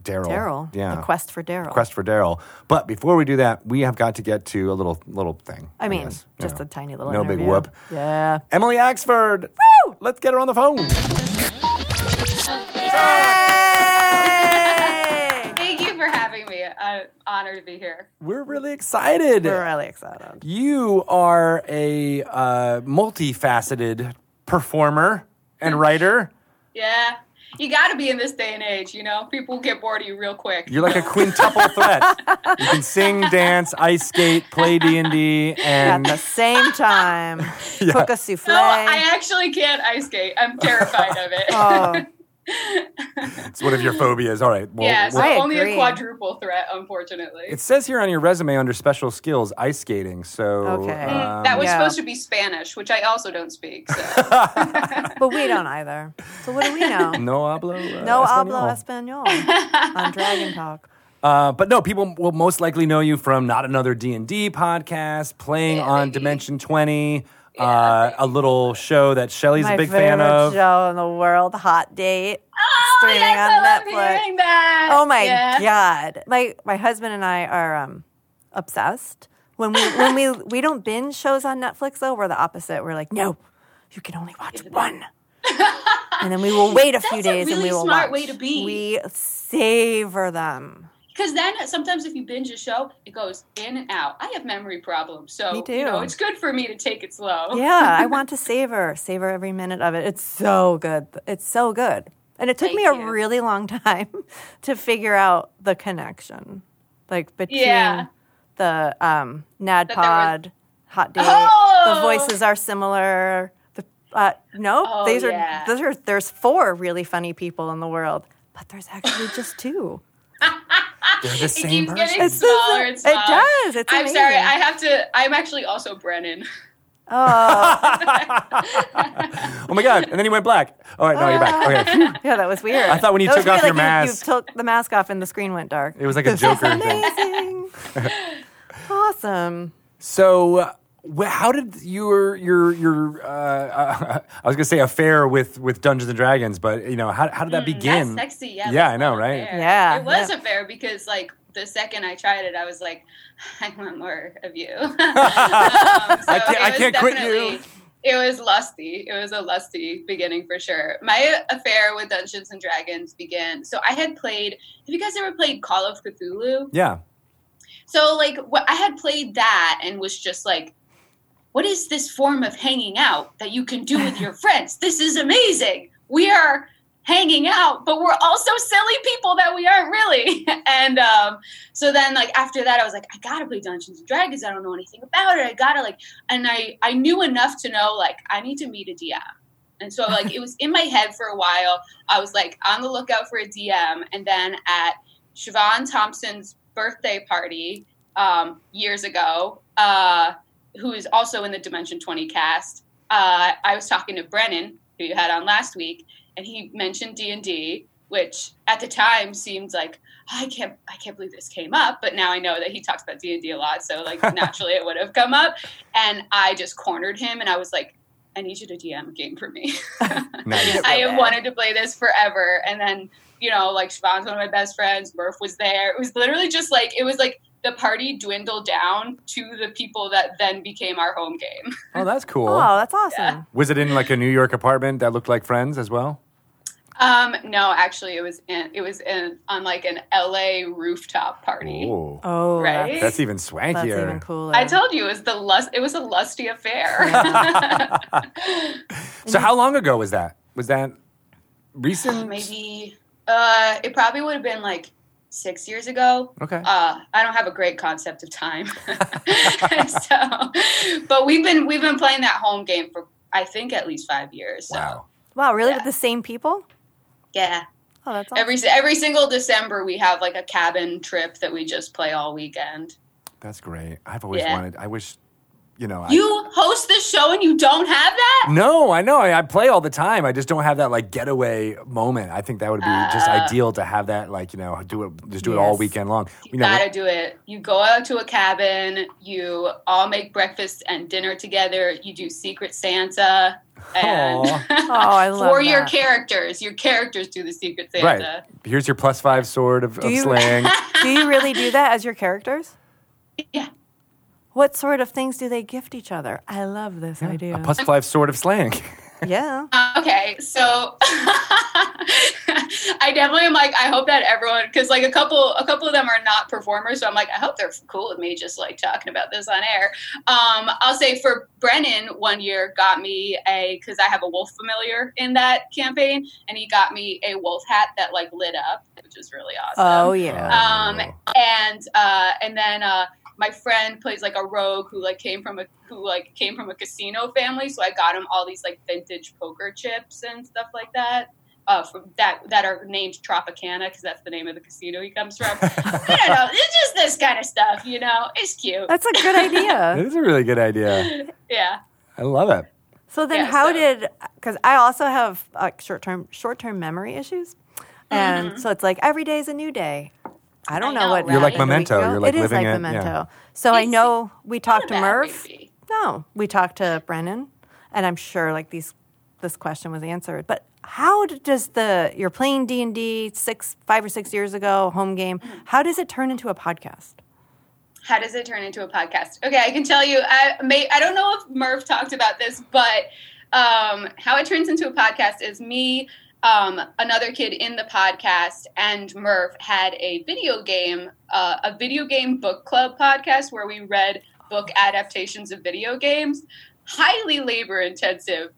A: Daryl.
B: Daryl.
A: Oh, yeah.
B: The quest for Daryl.
A: Quest for Daryl. But before we do that, we have got to get to a little little thing.
B: I mean,
A: guess, you
B: just
A: know.
B: a tiny little
A: no big
B: interview.
A: whoop.
B: Yeah.
A: Emily Axford. Woo! Let's get her on the phone.
E: Thank you for having me. I'm honored to be here.
A: We're really excited.
B: We're really excited.
A: You are a uh, multifaceted performer and writer.
E: Yeah. You got to be in this day and age, you know? People get bored of you real quick.
A: You're like a quintuple threat. You can sing, dance, ice skate, play D and D,
B: At
A: and
B: the same time, cook a souffle.
E: no, I actually can't ice skate. I'm terrified of it.
B: oh,
A: it's one of your phobias. All right. Well,
E: yeah, so
B: I
E: only
B: agree.
E: a quadruple threat, unfortunately.
A: it says here on your resume under special skills, ice skating. So
B: Okay.
E: Mm,
A: um,
E: that was
B: yeah.
E: supposed to be Spanish, which I also don't speak. So.
B: but we don't either. So what do we know?
A: no hablo. uh,
B: No hablo
A: español.
B: español on Dragon Talk.
A: Uh, but no, people will most likely know you from not another D and D podcast, playing
E: Yeah,
A: on
E: baby.
A: Dimension Twenty, uh, a little show that Shelly's
B: My
A: a big
B: favorite
A: fan of.
B: show in the world, Hot Date.
E: oh,
B: Streaming
E: yes,
B: on
E: I love
B: Netflix.
E: hearing that.
B: Oh my
E: Yeah.
B: god! My my husband and I are um, obsessed. When we when we we don't binge shows on Netflix though, we're the opposite. We're like, no, you can only watch one, and then we will wait a few
E: That's a
B: days and we
E: really
B: will
E: smart
B: watch.
E: way to be.
B: We savor them.
E: Because then sometimes if you binge a show, it goes in and out. I have memory problems, so
B: Me too.
E: you know it's good for me to take it slow.
B: Yeah, I want to savor savor every minute of it. It's so good. It's so good, and it took
E: Thank
B: me a
E: you.
B: really long time to figure out the connection, like between
E: Yeah.
B: the um, NAD
E: there was-
B: pod, hot date. The
E: Oh!
B: voices are similar. The uh, nope,
E: Oh,
B: these are
E: yeah.
B: those are there's four really funny people in the world, but there's actually just two.
A: They're the
E: It
A: same
E: keeps
A: person.
E: getting
B: It's just-
E: smaller and
B: it
E: smaller.
B: does. It's
E: I'm sorry.
B: amazing.
E: I have to. I'm actually also Brennan.
A: Oh my God. And then he went black. All right, now you're back. Okay.
B: Yeah, that was weird.
A: I thought when you
B: That was
A: took off your
B: weird, like
A: mask-
B: you, you took the mask off and the screen went dark.
A: It was like a Joker thing.
B: Amazing. awesome.
A: So, uh, wh- how did your your your uh, uh, I was gonna say affair with with Dungeons and Dragons, but you know how how did that begin?
E: Mm, That's sexy. Yeah.
A: yeah,
E: that's
A: I know,
E: not
A: right?
E: fair.
B: Yeah,
E: It was
B: yeah.
E: a fair because like the second I tried it, I was like, I want more of you. Um, so I
A: can't- I can't quit you.
E: It was lusty. It was a lusty beginning for sure. My affair with Dungeons and Dragons began. So I had played. Have you guys ever played Call of Cthulhu?
A: Yeah,
E: So like what I had played that and was just like what is this form of hanging out that you can do with your friends? This is amazing. We are hanging out, but we're also silly people that we aren't really. And um, so then like after that I was like I got to play Dungeons and Dragons. I don't know anything about it. I got to like and I I knew enough to know like I need to meet a DM. And so like it was in my head for a while. I was like on the lookout for a DM and then at Siobhan Thompson's birthday party um, years ago, uh, who is also in the Dimension 20 cast. Uh, I was talking to Brennan, who you had on last week, and he mentioned D and D, which at the time seemed like "Oh, I can't, I can't believe this came up. But now I know that he talks about D and D a lot, so like naturally it would have come up. And I just cornered him, and I was like, I need you to DM a game for me.
A: nice.
E: I have wanted to play this forever. And then, you know, like Siobhan's one of my best friends, Murph was there. It was literally just like it was like the party dwindled down to the people that then became our home game.
A: Oh, that's cool.
B: Oh, that's awesome.
A: Was it in like a New York apartment that looked like Friends as well?
E: Um, no, actually it was in it was in on like an LA rooftop party.
A: Oh,
B: Oh,
E: Right?
B: that's,
A: that's even
B: that's
A: swankier.
B: even cooler.
E: I told you it was the lust it was a lusty affair.
A: So, how long ago was that? Was that recent?
E: Maybe uh it probably would have been like six years ago.
A: Okay.
E: uh, I don't have a great concept of time. so, but we've been we've been playing that home game for I think at least five years. So.
A: wow.
B: wow, really?
E: Yeah.
B: With the same people?
E: Yeah.
B: Oh, that's awesome.
E: Every every single December we have like a cabin trip that we just play all weekend.
A: That's great. I've always
E: Yeah.
A: wanted. I wish, you know. I,
E: You host this show and you don't have that?
A: no, I know. I, I play all the time. I just don't have that like getaway moment. I think that would be just
E: Uh.
A: ideal to have that like you know do it just do it all
B: Yes.
A: weekend long.
E: You,
A: You know,
E: gotta do it. You go out to a cabin. You all make breakfast and dinner together. You do Secret Santa and
A: Aw.
B: Oh, I love
E: for your
B: that.
E: characters. Your characters do the Secret Santa.
A: Right. Here's your plus five sword of, of
B: you-
A: slang.
B: do you really do that as your characters?
E: Yeah.
B: What sort of things do they gift each other? I love this idea.
A: A plus five sword of slang.
B: yeah.
E: Uh, Okay, so I definitely am like I hope that everyone because like a couple a couple of them are not performers, so I'm like I hope they're cool with me just like talking about this on air. Um, I'll say for Brennan one year got me a because I have a wolf familiar in that campaign, and he got me a wolf hat that like lit up, which is really awesome.
B: Oh, yeah.
E: Um,
A: Oh.
E: and uh, and then uh, my friend plays like a rogue who like came from a who like came from a casino family, so I got him all these like vintage poker chips and stuff like that. Uh, from that that are named Tropicana because that's the name of the casino he comes from. I don't know. It's just this kind of stuff, you know. It's cute.
B: That's a good idea.
A: That is a really good idea.
E: yeah.
A: I love it.
B: So then,
E: Yeah,
B: how
E: so-
B: did? Because I also have uh, short term short term memory issues, and so it's like every day is a new day. I don't
E: Mm-hmm.
B: know,
E: I know,
B: what
E: You're like
B: day we
A: Memento.
B: go.
A: You're like
B: It is
A: living
B: like
A: it, yeah.
B: memento. So I
E: It's
B: know we talked
E: a
B: to
E: bad
B: Murph.
E: movie.
B: No, we talked to Brennan, and I'm sure like these this question was answered. But how d- does the you're playing D and D six five or six years ago home game?
E: Mm-hmm.
B: How does it turn into a podcast?
E: How does it turn into a podcast? Okay, I can tell you. I may I don't know if Murph talked about this, but um, how it turns into a podcast is me, um, another kid in the podcast, and Murph had a video game, uh, a video game book club podcast where we read book adaptations of video games. Highly labor intensive,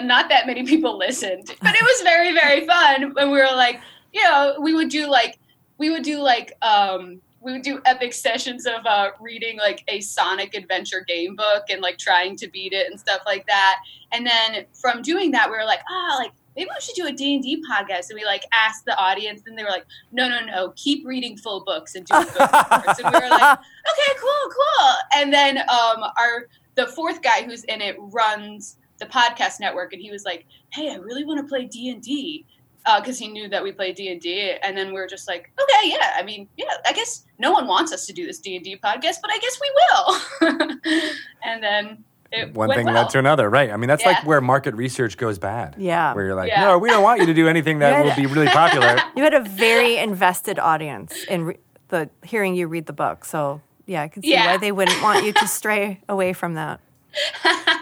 E: not that many people listened, but it was very, very fun. And we were like, you know, we would do like, we would do like, um, we would do epic sessions of uh, reading like a Sonic Adventure game book and like trying to beat it and stuff like that. And then from doing that, we were like, ah, like maybe we should do a D and D podcast. And we like asked the audience, and they were like, no, no, no, keep reading full books and do book reports. and we were like, okay, cool, cool. And then um, our the fourth guy who's in it runs the podcast network, and he was like, "Hey, I really want to play D and D." Because he knew that we played D and D, and then we were just like, okay, yeah. I mean, yeah. I guess no one wants us to do this D and D podcast, but I guess we will. and then it
A: One
E: went
A: thing
E: well.
A: led to another, right? I mean, that's like
E: Yeah.
A: where market research goes bad.
B: Yeah.
A: where you're like,
E: Yeah.
A: no, we don't want you to do anything that will be really popular.
B: You had a very invested audience in re- the hearing you read the book. So yeah, I can see
E: Yeah.
B: why they wouldn't want you to stray away from that.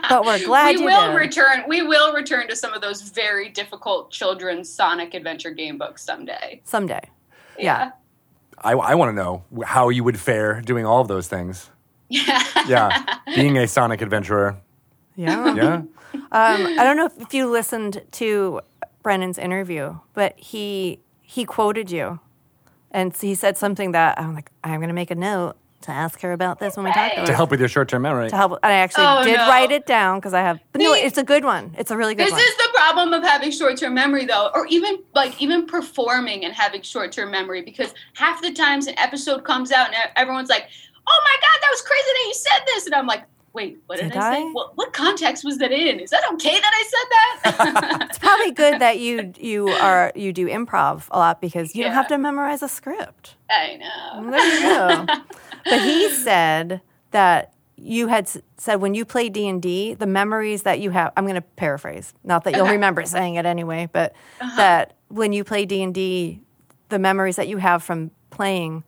B: But we're glad
E: we
B: you
E: will
B: did.
E: return. We will return to some of those very difficult children's Sonic Adventure game books someday.
B: someday. Yeah.
A: I, I want to know how you would fare doing all of those things. Yeah. Yeah. Being a Sonic adventurer.
B: Yeah.
A: Yeah.
B: Um, I don't know if, if you listened to Brennan's interview, but he he quoted you, and he said something that I'm like, I'm gonna make a note to ask her about this when we talk
E: Right.
B: about
A: to
B: it.
A: help with your short term memory.
B: To help, and I actually
E: Oh,
B: did
E: no.
B: write it down because I have. But no,
E: See,
B: it's a good one. It's a really good
E: This
B: one.
E: is the problem of having short-term memory though, or even like even performing and having short-term memory because half the times an episode comes out and e- everyone's like, "Oh my god, that was crazy that you said this." And I'm like, "Wait, what did,
B: Did
E: I, say?
B: I?
E: What, what context was that in? Is that okay that I said that?"
B: it's probably good that you you are you do improv a lot because you don't
E: Yeah.
B: have to memorize a script.
E: I know.
B: There you go. but he said that you had s- said when you play D and D, the memories that you have. I'm going to paraphrase, not that you'll remember saying it anyway, but that when you play D and D, the memories that you have from playing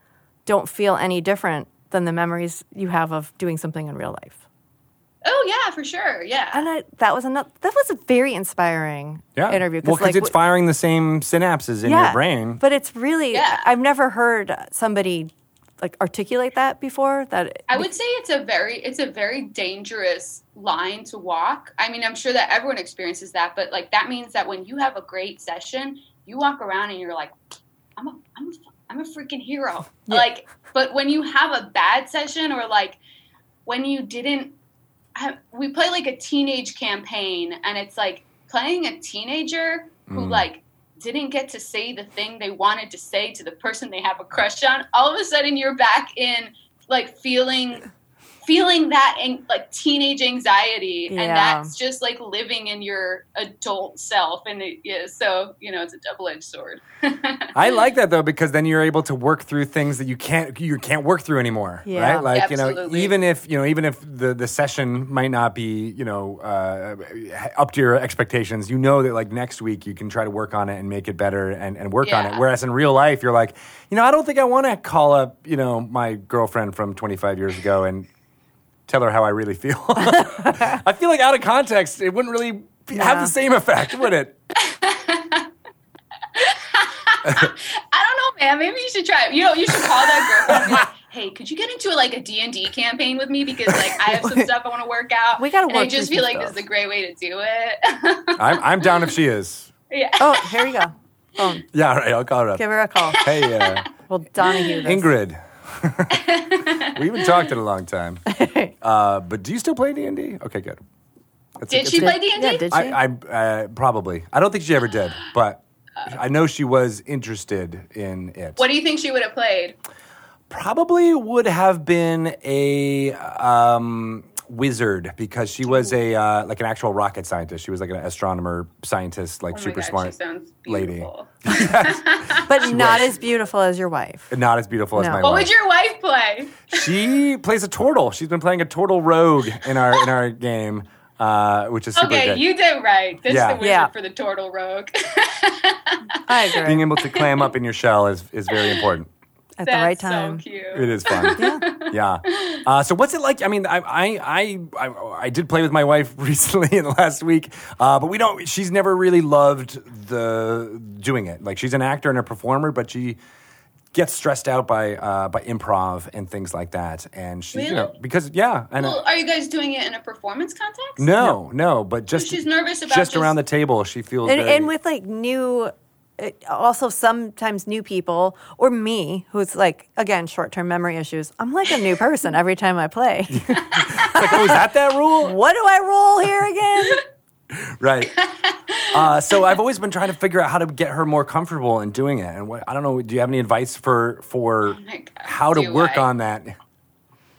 B: don't feel any different than the memories you have of doing something in real life.
E: Oh yeah, for sure. Yeah.
B: And I, that was another. That was a very inspiring
A: yeah.
B: interview.
A: Well, because
B: like,
A: it's
B: w-
A: firing the same synapses in your brain.
B: But it's really,
E: Yeah.
B: I've never heard somebody like articulate that before. That
E: I would say it's a very it's a very dangerous line to walk. I mean, I'm sure that everyone experiences that, but like that means that when you have a great session, you walk around and you're like, I'm a I'm a, I'm a freaking hero. Like, but when you have a bad session or like when you didn't I, we play like a teenage campaign and it's like playing a teenager who
A: Mm.
E: like didn't get to say the thing they wanted to say to the person they have a crush on all of a sudden you're back in like feeling feeling that ang- like teenage anxiety and
B: Yeah.
E: that's just like living in your adult self and it, yeah, so you know it's a double-edged sword
A: I like that though because then you're able to work through things that you can't you can't work through anymore,
B: Yeah.
A: right? Like you know,
E: Absolutely.
A: even if you know, even if the the session might not be you know uh, up to your expectations, you know that like next week you can try to work on it and make it better and, and work on
E: Yeah.
A: it. Whereas in real life, you're like, you know, I don't think I want to call up you know my girlfriend from 25 years ago and tell her how I really feel. I feel like out of context, it wouldn't really be, have
B: Yeah.
A: the same effect, would it?
E: I don't know, man. Maybe you should try it. You know, you should call that girlfriend. and be like, hey, could you get into like a D and D campaign with me? Because like I have some stuff I want to work out.
B: We gotta
E: And I
B: work
E: just
B: through
E: feel
B: some
E: like this is a great way to do it.
A: I'm I'm down if she is.
E: yeah.
B: oh, here you go. Boom.
A: Yeah, all right. I'll call her up.
B: Give her a call.
A: Hey, uh,
B: Well, Donahue. This.
A: Ingrid. we haven't talked in a long time. Uh, but do you still play D and D? Okay, good. That's
E: Did
A: it's
E: she
A: good.
E: play D and
B: Yeah,
E: D?
B: did she?
A: I, I uh, probably. I don't think she ever did, but I know she was interested in it.
E: What do you think she would have played? Oh
A: Probably would have been a um, wizard because she was a uh, like an actual rocket scientist. She was like an astronomer scientist, like
E: Oh my
A: super
E: God, She
A: smart.
E: sounds
A: lady.
E: beautiful.
B: but not as beautiful as your wife.
A: Not as beautiful as
B: No.
A: my
E: What
A: wife.
E: would your wife play?
A: She plays a turtle. She's been playing a turtle rogue in our in our game, uh, which is super
E: Okay,
A: good.
E: you did right. This
A: Yeah.
E: is the wizard
B: Yeah.
E: for the turtle rogue.
B: I agree.
A: Being able to clam up in your shell is is very important.
B: At the
E: That's
B: right time.
E: so cute.
A: It is fun. yeah. Uh, so what's it like? I mean, I I I I, I did play with my wife recently in the last week, uh, but we don't. She's never really loved the doing it. Like she's an actor and a performer, but she. Gets stressed out by uh, by improv and things like that, and she you know
E: Really?
A: because yeah, and
E: Well, are you guys doing it in a performance context?
A: no, no, but just
E: she's nervous about
A: just around the
E: just-
A: table. She feels
B: And,
A: very-
B: and with like new, uh, also sometimes new people or me, who's like again short term memory issues. I'm like a new person every time I play.
A: It's like, oh, is that that rule?
B: what do I roll here again?
A: Right. Uh, so I've always been trying to figure out how to get her more comfortable in doing it. And what, I don't know, do you have any advice for for
E: Oh my God,
A: how to
E: do
A: work
E: I?
A: on that?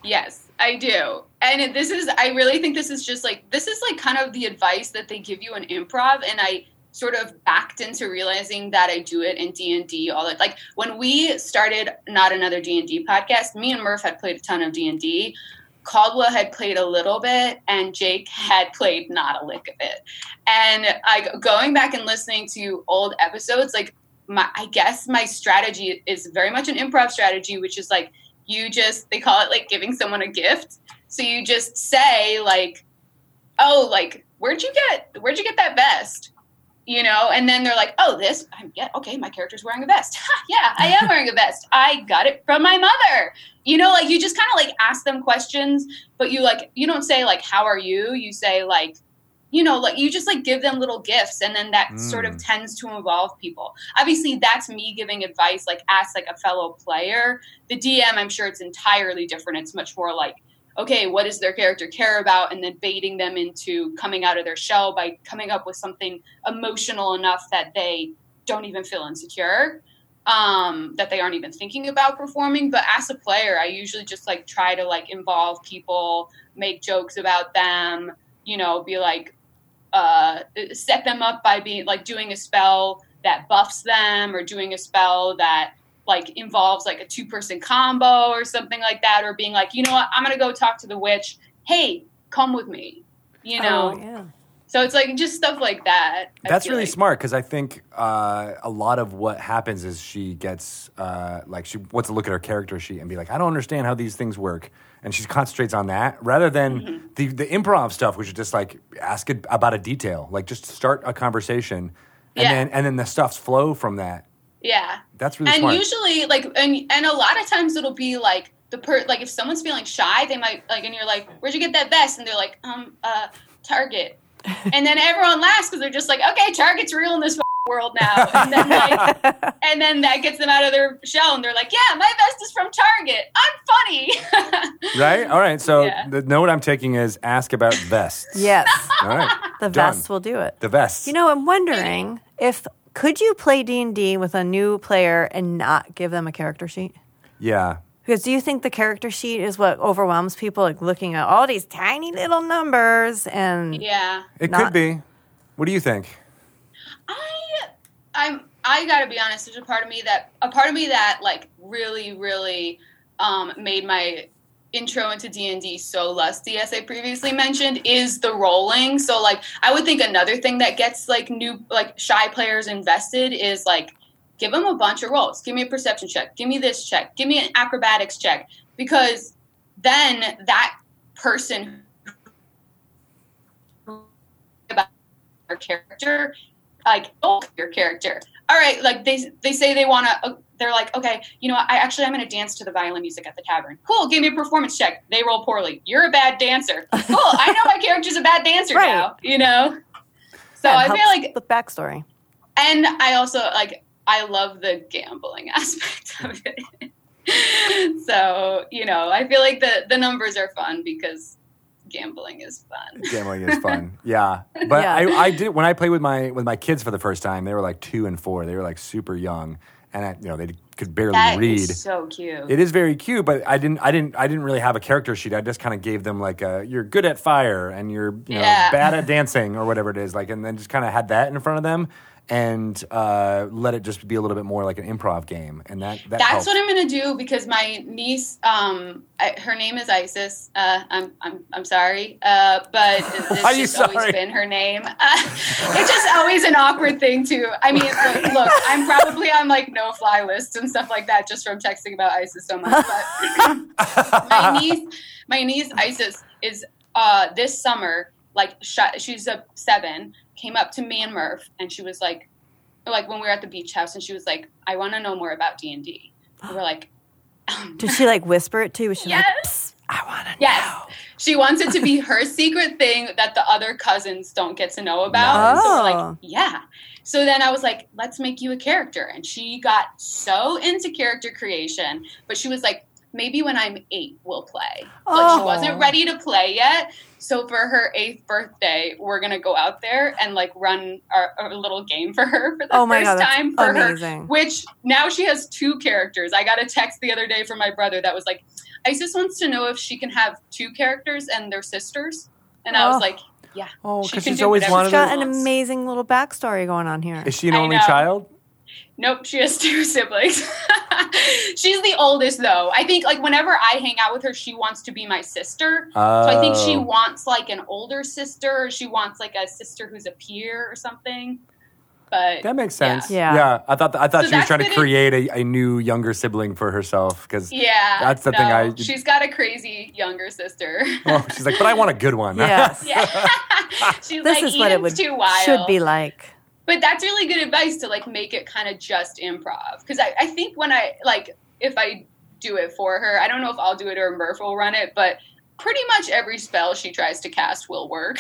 E: Yes, I do. and this is i really think this is just like this is like kind of the advice that they give you in improv and i sort of backed into realizing that i do it in d&d all that like when we started not another d&d podcast me and murph had played a ton of d&d caldwell had played a little bit and jake had played not a lick of it and i going back and listening to old episodes like my, i guess my strategy is very much an improv strategy which is like you just they call it like giving someone a gift so you just say like, "Oh, like where'd you get where'd you get that vest?" You know, and then they're like, "Oh, this I'm yeah okay, my character's wearing a vest. Ha, yeah, I am wearing a vest. I got it from my mother." You know, like you just kind of like ask them questions, but you like you don't say like "How are you?" You say like. You know, like you just like give them little gifts, and then that
A: Mm.
E: sort of tends to involve people. Obviously, that's me giving advice, like ask like a fellow player. The DM, I'm sure it's entirely different. It's much more like okay, what does their character care about, and then baiting them into coming out of their shell by coming up with something emotional enough that they don't even feel insecure, um, that they aren't even thinking about performing. But as a player, I usually just like try to like involve people, make jokes about them, you know, be like, uh, set them up by being like doing a spell that buffs them or doing a spell that like involves like a two person combo or something like that, or being like, you know what, I'm gonna go talk to the witch. Hey, come with me. You know,
B: Oh, yeah.
E: so it's like just stuff like that. I
A: That's
E: feel
A: really
E: like.
A: smart because I think uh, a lot of what happens is she gets uh, like she wants to look at her character sheet and be like, I don't understand how these things work, and she concentrates on that rather than
E: Mm-hmm.
A: the the improv stuff, which is just like ask it about a detail, like just start a conversation, and
E: Yeah.
A: then and then the stuffs flow from that.
E: Yeah,
A: That's really
E: and
A: smart.
E: usually like and and a lot of times it'll be like the per like if someone's feeling shy, they might like and you're like, where'd you get that vest? And they're like, um, uh, Target. and then everyone laughs because they're just like, okay, Target's real in this world now. And then like, and then that gets them out of their shell, and they're like, yeah, my vest is from Target. I'm funny.
A: right? All right. So
E: Yeah.
A: the note I'm taking is ask about vests.
B: Yes.
A: All right.
B: The
A: Done.
B: vest will do it.
A: The vests.
B: You know, I'm wondering if could you play D and D with a new player and not give them a character sheet?
A: Yeah.
B: Because do you think the character sheet is what overwhelms people, like looking at all these tiny little numbers and
E: yeah.
A: It
B: Not-
A: could be. What do you think?
E: I I'm I gotta be honest, there's a part of me that a part of me that like really, really um made my intro into D&D so lusty as I previously mentioned is the rolling. So like I would think another thing that gets like new like shy players invested is like give them a bunch of rolls. Give me a perception check. Give me this check. Give me an acrobatics check because then that person about their character like oh your character all right like they they say they want to they're like okay you know i actually i'm going to dance to the violin music at the tavern cool give me a performance check they roll poorly you're a bad dancer cool i know my character's a bad dancer
B: Right.
E: now you know so
B: that
E: i feel
B: helps
E: like
B: the backstory.
E: and I also like I love the gambling aspect of it. so you know, I feel like the the numbers are fun because gambling is fun.
A: Gambling is fun. yeah. But
B: Yeah.
A: I, I did when I played with my with my kids for the first time, they were like two and four. They were like super young. And I, you know, they could barely
E: That is
A: read.
E: so cute.
A: it is very cute, but I didn't I didn't I didn't really have a character sheet. I just kind of gave them like a you're good at fire and you're you know
E: Yeah.
A: bad at dancing or whatever it is. Like and then just kind of had that in front of them and uh, let it just be a little bit more like an improv game. And that, that
E: That's
A: helped.
E: what I'm gonna do because my niece, um, I, her name is Isis. Uh, I'm, I'm, I'm sorry, uh, but
A: Why are
E: it's
A: you
E: just
A: sorry?
E: always been her name. Uh, it's just always an awkward thing too. I mean, look, look, I'm probably on like no fly lists and stuff like that just from texting about Isis so much. But my niece, my niece Isis is uh, this summer like shot, she's a seven. Came up to me and Murph, and she was like, like when we were at the beach house, and she was like, "I want to know more about D and D." We're like,
B: Did she like whisper it to you? Was she like, "Psst,
E: Yes.
B: I want to
E: Yes.
B: know.
E: She wants it to be her secret thing that the other cousins don't get to know about.
B: Nice.
E: So we're like,
B: Oh.
E: yeah. So then I was like, let's make you a character. And she got so into character creation, but she was like, maybe when I'm eight, we'll play. But
B: Oh.
E: she wasn't ready to play yet. So for her eighth birthday, we're going to go out there and like run our, our little game for her for the
B: Oh my
E: first
B: God, that's
E: time for her.
B: amazing.
E: Which now she has two characters. I got a text the other day from my brother that was like, Isis wants to know if she can have two characters and they're sisters. And I
B: Oh.
E: was like, yeah.
A: Oh,
E: She
A: 'cause
E: can
A: she's
E: do
A: always
E: whatever
A: wanted
E: she
B: She's got an
E: wants.
B: amazing little backstory going on here.
A: Is she an
E: I
A: only
E: know.
A: child?
E: Nope, she has two siblings. She's the oldest though. I think like whenever I hang out with her, she wants to be my sister. So I think she
A: Oh.
E: wants like an older sister. Or she wants like a sister who's a peer or something. But
A: That makes sense.
B: Yeah.
A: Yeah. I thought I thought
E: So
A: she was
E: that's
A: trying to
E: been a-
A: create a, a new younger sibling for herself because
E: yeah,
A: That's the thing
E: no,
A: I-
E: She's got a crazy younger sister.
A: well, she's like, but I want a good one.
B: yes.
E: yeah, she's
B: This
E: like
B: is what it
E: Eden's
B: would
E: too wild.
B: should be like.
E: but that's really good advice to like make it kind of just improv because I, I think when i like if i do it for her i don't know if i'll do it or murph will run it but pretty much every spell she tries to cast will work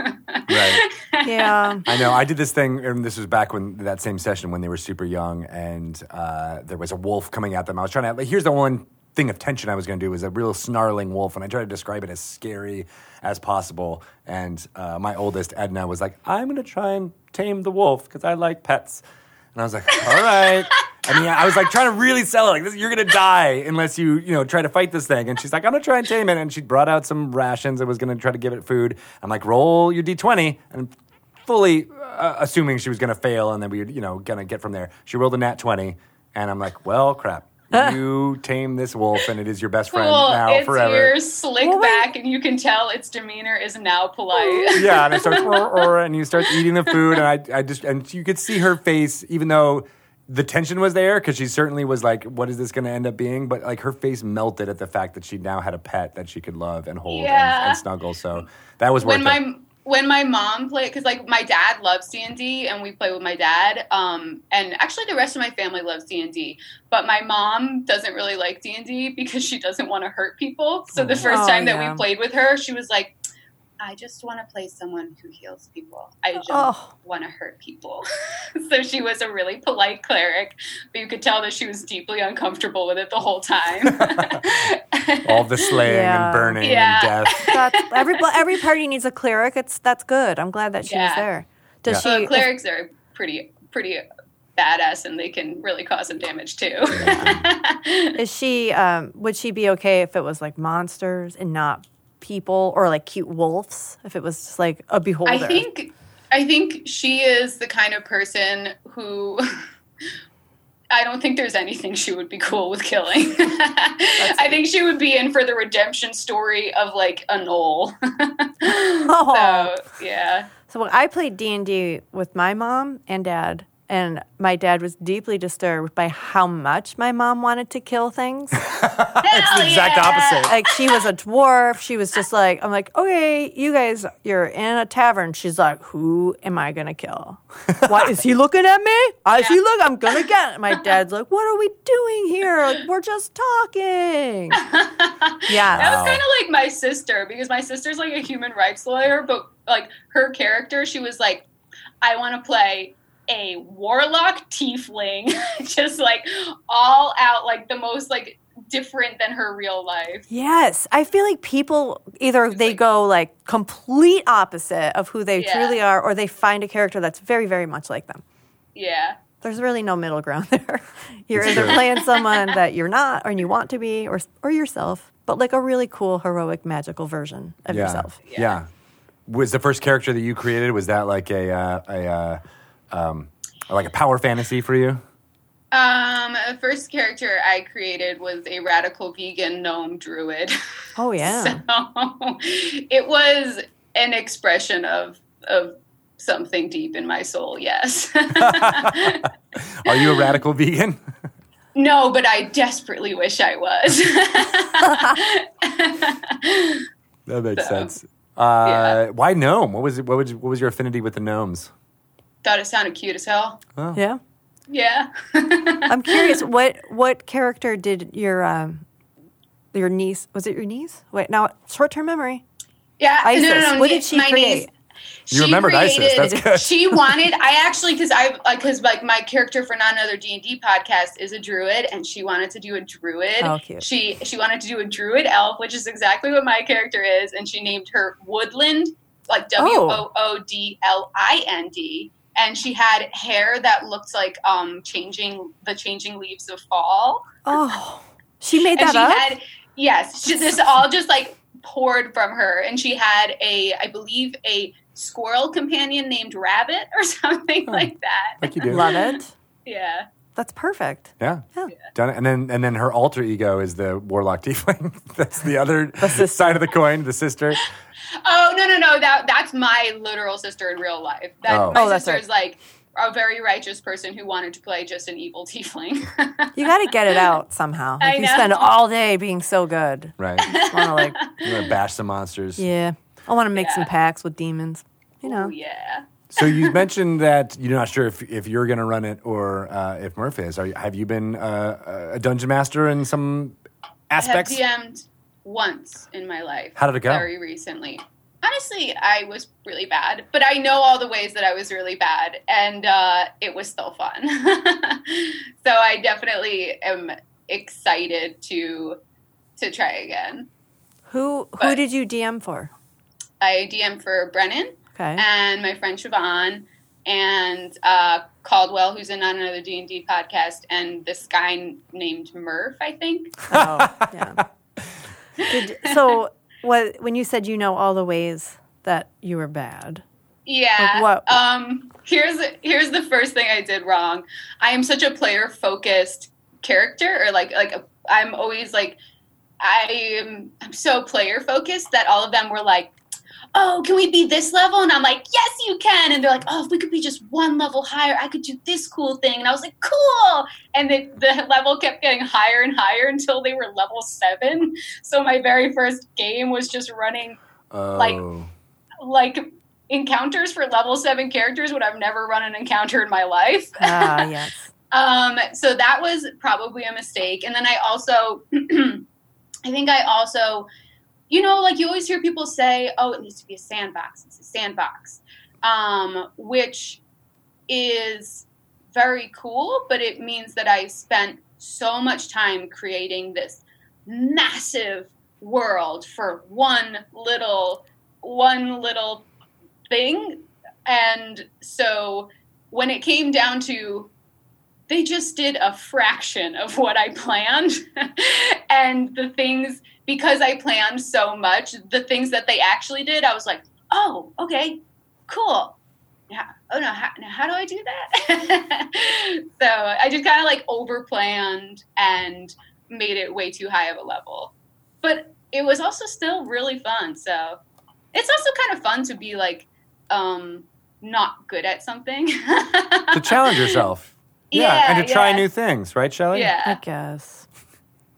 A: right.
B: Yeah.
A: I know. I did this thing, and this was back when that same session when they were super young, and uh, there was a wolf coming at them. I was trying to. Like, here's the one thing of tension I was going to do was a real snarling wolf, and I tried to describe it as scary as possible. And uh, my oldest Edna was like, "I'm going to try and tame the wolf because I like pets," and I was like, "All right." I mean, I was like trying to really sell it. Like, this, you're gonna die unless you, you know, try to fight this thing. And she's like, I'm gonna try and tame it. And she brought out some rations and was gonna try to give it food. I'm like, roll your d20 and fully uh, assuming she was going to fail and then we were, you know, going to get from there. She rolled a nat 20, and I'm like, well, crap. You tame this wolf, and it is your best friend now
E: it's
A: forever.
E: your slick
B: Well, wait.
E: back and you can tell its demeanor is now polite
A: Yeah, and it starts, "Roar, roar," and you start eating the food, and I, I just, and you could see her face, even though the tension was there, because she certainly was like, what is this going to end up being? But like her face melted at the fact that she now had a pet that she could love and hold and- and,
E: Yeah.
A: snuggle. So that was worth
E: when
A: it.
E: my when my mom played because like my dad loves d&d and we play with my dad um, and actually the rest of my family loves d&d but my mom doesn't really like d&d because she doesn't want to hurt people so the first
B: Oh,
E: time that
B: yeah.
E: we played with her she was like i just want to play someone who heals people i don't
B: Oh.
E: want to hurt people so she was a really polite cleric but you could tell that she was deeply uncomfortable with it the whole time
A: All the slaying
B: Yeah.
A: and burning
E: Yeah.
A: and death.
B: That's, every well, every party needs a cleric. It's that's good. I'm glad that she was
E: Yeah.
B: there. Does
E: So
B: she?
E: clerics are pretty pretty badass, and they can really cause some damage too.
B: Is she? Um, would she be okay if it was like monsters and not people or like cute wolves? If it was just like a beholder?
E: I think I think she is the kind of person who. I don't think there's anything she would be cool with killing. I think she would be in for the redemption story of like a knoll.
B: Oh.
E: so yeah,
B: So when I played D and D with my mom and dad, and my dad was deeply disturbed by how much my mom wanted to kill things.
E: it's
A: the exact opposite.
B: like she was a dwarf. She was just like, I'm like, okay, you guys, you're in a tavern. She's like, who am I gonna kill? Why is he looking at me? I see look, I'm gonna get. It. My dad's like, what are we doing here? Like, we're just talking.
E: That
B: yeah.
E: was kind of like my sister because my sister's like a human rights lawyer, but like her character, she was like, I want to play a warlock tiefling, just like all out, like the most like different than her real life.
B: Yes, I feel like people either they go like complete opposite of who they
E: Yeah.
B: truly are, or they find a character that's very, very much like them.
E: Yeah.
B: There's really no middle ground there. You're
A: It's
B: either
A: true.
B: playing someone that you're not, or you want to be, or or yourself, but like a really cool, heroic, magical version of yourself.
A: Yeah. Was the first character that you created? Was that like a uh, a uh, um, like a power fantasy for you?
E: Um, the first character I created was a radical vegan gnome druid.
B: Oh yeah.
E: So it was an expression of of something deep in my soul, yes.
A: Are you a radical vegan?
E: No, but I desperately wish I was.
A: that makes
E: So,
A: sense. Uh,
E: yeah.
A: Why gnome? What was it, what was what was your affinity with the gnomes?
E: Thought it sounded cute as hell.
A: Oh.
B: yeah.
E: Yeah.
B: I'm curious what what character did your um, your niece was it your niece? Wait, now short term memory.
E: Yeah.
B: Isis.
E: No, no, no.
B: What did
E: niece-
B: she
E: my
B: create?
E: Niece,
A: You remembered ISIS. That's good.
E: She wanted. I actually because I because like my character for not another D and D podcast is a druid, and she wanted to do a druid.
B: Oh, cute.
E: She she wanted to do a druid elf, which is exactly what my character is, and she named her Woodland, like
B: Oh.
E: W O O D L I N D. And she had hair that looked like um changing the changing leaves of fall.
B: Oh, she made
E: And
B: that
E: she
B: up.
E: had yes, she, this all just like poured from her, and she had a I believe a squirrel companion named Rabbit or something like that.
A: like you do.
B: Love it.
E: Yeah,
B: That's perfect.
A: Yeah.
B: Yeah.
A: Done it. And then and then her alter ego is the warlock tiefling. That's the other side of the coin, the sister.
E: Oh no no no that that's my literal sister in real life. That
A: Oh.
E: my
B: Oh, that's
E: sister is like a very righteous person who wanted to play just an evil tiefling.
B: You got to get it out somehow.
E: I
B: Like, you
E: know.
B: spend all day being so good.
A: Right.
B: Want to like,
A: You want to bash some monsters.
B: yeah. I want to make some
E: Yeah.
B: packs with demons. You know.
E: Ooh, yeah.
A: So you mentioned that you're not sure if, if you're going to run it or uh, if Murph is. Are you, have you been uh, a dungeon master in some
E: I have
A: aspects?
E: DM'd once in my life.
A: How did it go?
E: Very recently. Honestly, I was really bad, but I know all the ways that I was really bad, and uh, it was still fun. so I definitely am excited to to try again.
B: Who who
E: But-
B: did you DM for?
E: I DM for Brennan
B: Okay.
E: and my friend Siobhan and uh, Caldwell, who's in on another D and D podcast, and this guy named Murph, I think.
B: Oh, yeah. Did, so, what, when you said you know all the ways that you were bad,
E: Yeah.
B: Like what-
E: Um. Here's here's the first thing I did wrong. I am such a player focused character, or like like a, I'm always like I'm I'm so player focused that all of them were like. Oh, can we be this level? And I'm like, yes, you can. And they're like, oh, if we could be just one level higher, I could do this cool thing. And I was like, cool. And the, the level kept getting higher and higher until they were level seven. So my very first game was just running
A: Oh.
E: like- like encounters for level seven characters when I've never run an encounter in my life.
B: ah, yes.
E: Um, so that was probably a mistake. And then I also, I think I also, you know, like you always hear people say, "Oh, it needs to be a sandbox." It's a sandbox, um, which is very cool, but it means that I spent so much time creating this massive world for one little, one little thing, and so when it came down to they just did a fraction of what I planned. and the things, because I planned so much, the things that they actually did, I was like, oh, okay, cool. Yeah. Oh, no, how, now how do I do that? so I just kind of like over planned and made it way too high of a level. But it was also still really fun. So it's also kind of fun to be like, um, not good at something.
A: to challenge yourself. and to try
E: yeah.
A: new things, right, Shelley?
B: I
E: Yeah.
B: guess.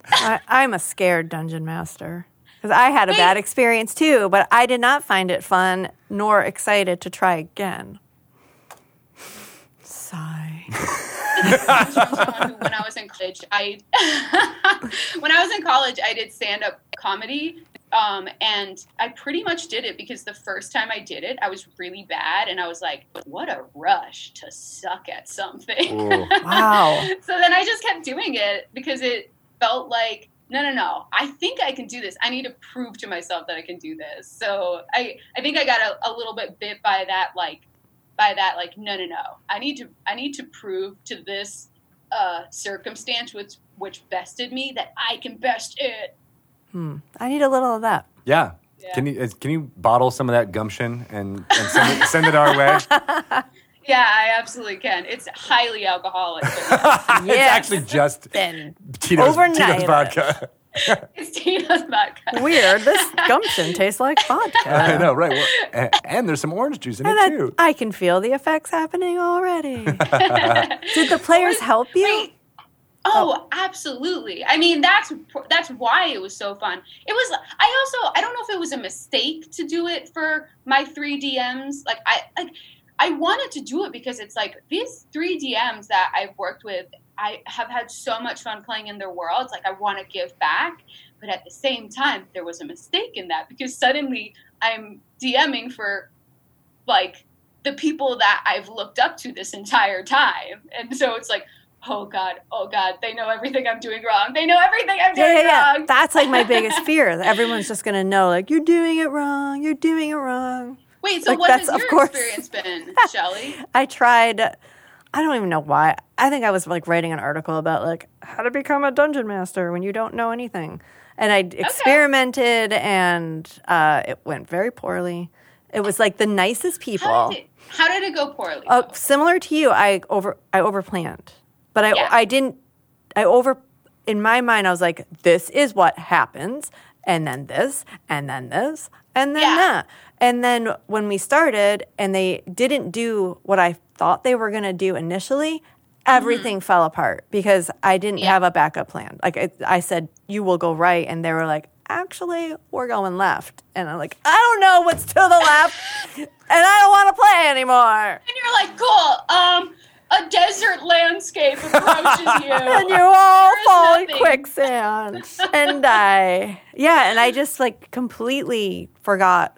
B: I, I'm a scared dungeon master because I had a bad experience too, but I did not find it fun nor excited to try again. Sigh.
E: someone who, when I was in college, I when I was in college, I did stand up comedy, um, and I pretty much did it because the first time I did it, I was really bad, and I was like, "What a rush to suck at something."
A: Ooh.
B: Wow.
E: so then I just kept doing it because it felt like, "No, no, no! I think I can do this. I need to prove to myself that I can do this." So I, I think I got a, a little bit bit by that, like, by that, like, "No, no, no! I need to, I need to prove to this uh, circumstance which which bested me that I can best it.
B: Hmm. I need a little of that.
A: Yeah.
E: Yeah.
A: Can you uh, can you bottle some of that gumption and, and send, it, send it our way?
E: Yeah, I absolutely can. It's highly alcoholic. but
A: It's
B: Yes.
A: actually just
B: Then
A: Tito's, Tito's
B: Overnight.
A: vodka.
E: it's Tina's vodka.
B: weird. This gumption tastes like vodka.
A: I know, right? Well, and, and there's some orange juice in
B: Uh-huh. And
A: it
B: I,
A: Uh, too.
B: I can feel the effects happening already. Did the players help you?
E: Wait. Oh, absolutely. I mean, that's that's why it was so fun. It was. I also I don't know if it was a mistake to do it for my three DMs. Like I like I wanted to do it because it's like these three DMs that I've worked with. I have had so much fun playing in their worlds. Like I want to give back, but at the same time, there was a mistake in that because suddenly I'm DMing for like the people that I've looked up to this entire time. And so it's like, oh God, oh God, they know everything I'm doing wrong. They know everything I'm
B: Yeah,
E: doing
B: yeah, yeah.
E: wrong.
B: That's like my biggest fear. that Everyone's just gonna know, like, you're doing it wrong. You're doing it wrong.
E: Wait, so
B: Like,
E: what
B: that's-
E: has
B: of
E: your
B: course.
E: experience been, Shelly?
B: I tried. I don't even know why. I think I was like writing an article about like how to become a dungeon master when you don't know anything, and I experimented, and uh, it went very poorly. It was like the nicest people.
E: How did it, how did it go poorly?
B: Uh,
E: though?
B: similar to you, I over I overplanned, but I
E: Yeah.
B: I didn't. I over in my mind, I was like, this is what happens, and then this, and then this, and then
E: Yeah.
B: that, and then when we started, and they didn't do what I thought they were going to do initially. Everything fell apart because I didn't
E: Mm-hmm. Yeah.
B: have a backup plan. Like I, I said, you will go right, and they were like, "Actually, we're going left," and I'm like, "I don't know what's to the left, and I don't want to play anymore."
E: and you're like, cool. Um, a desert landscape approaches you.
B: and you all
E: There is
B: fall in
E: nothing.
B: quicksand and die. Yeah, and I just like completely forgot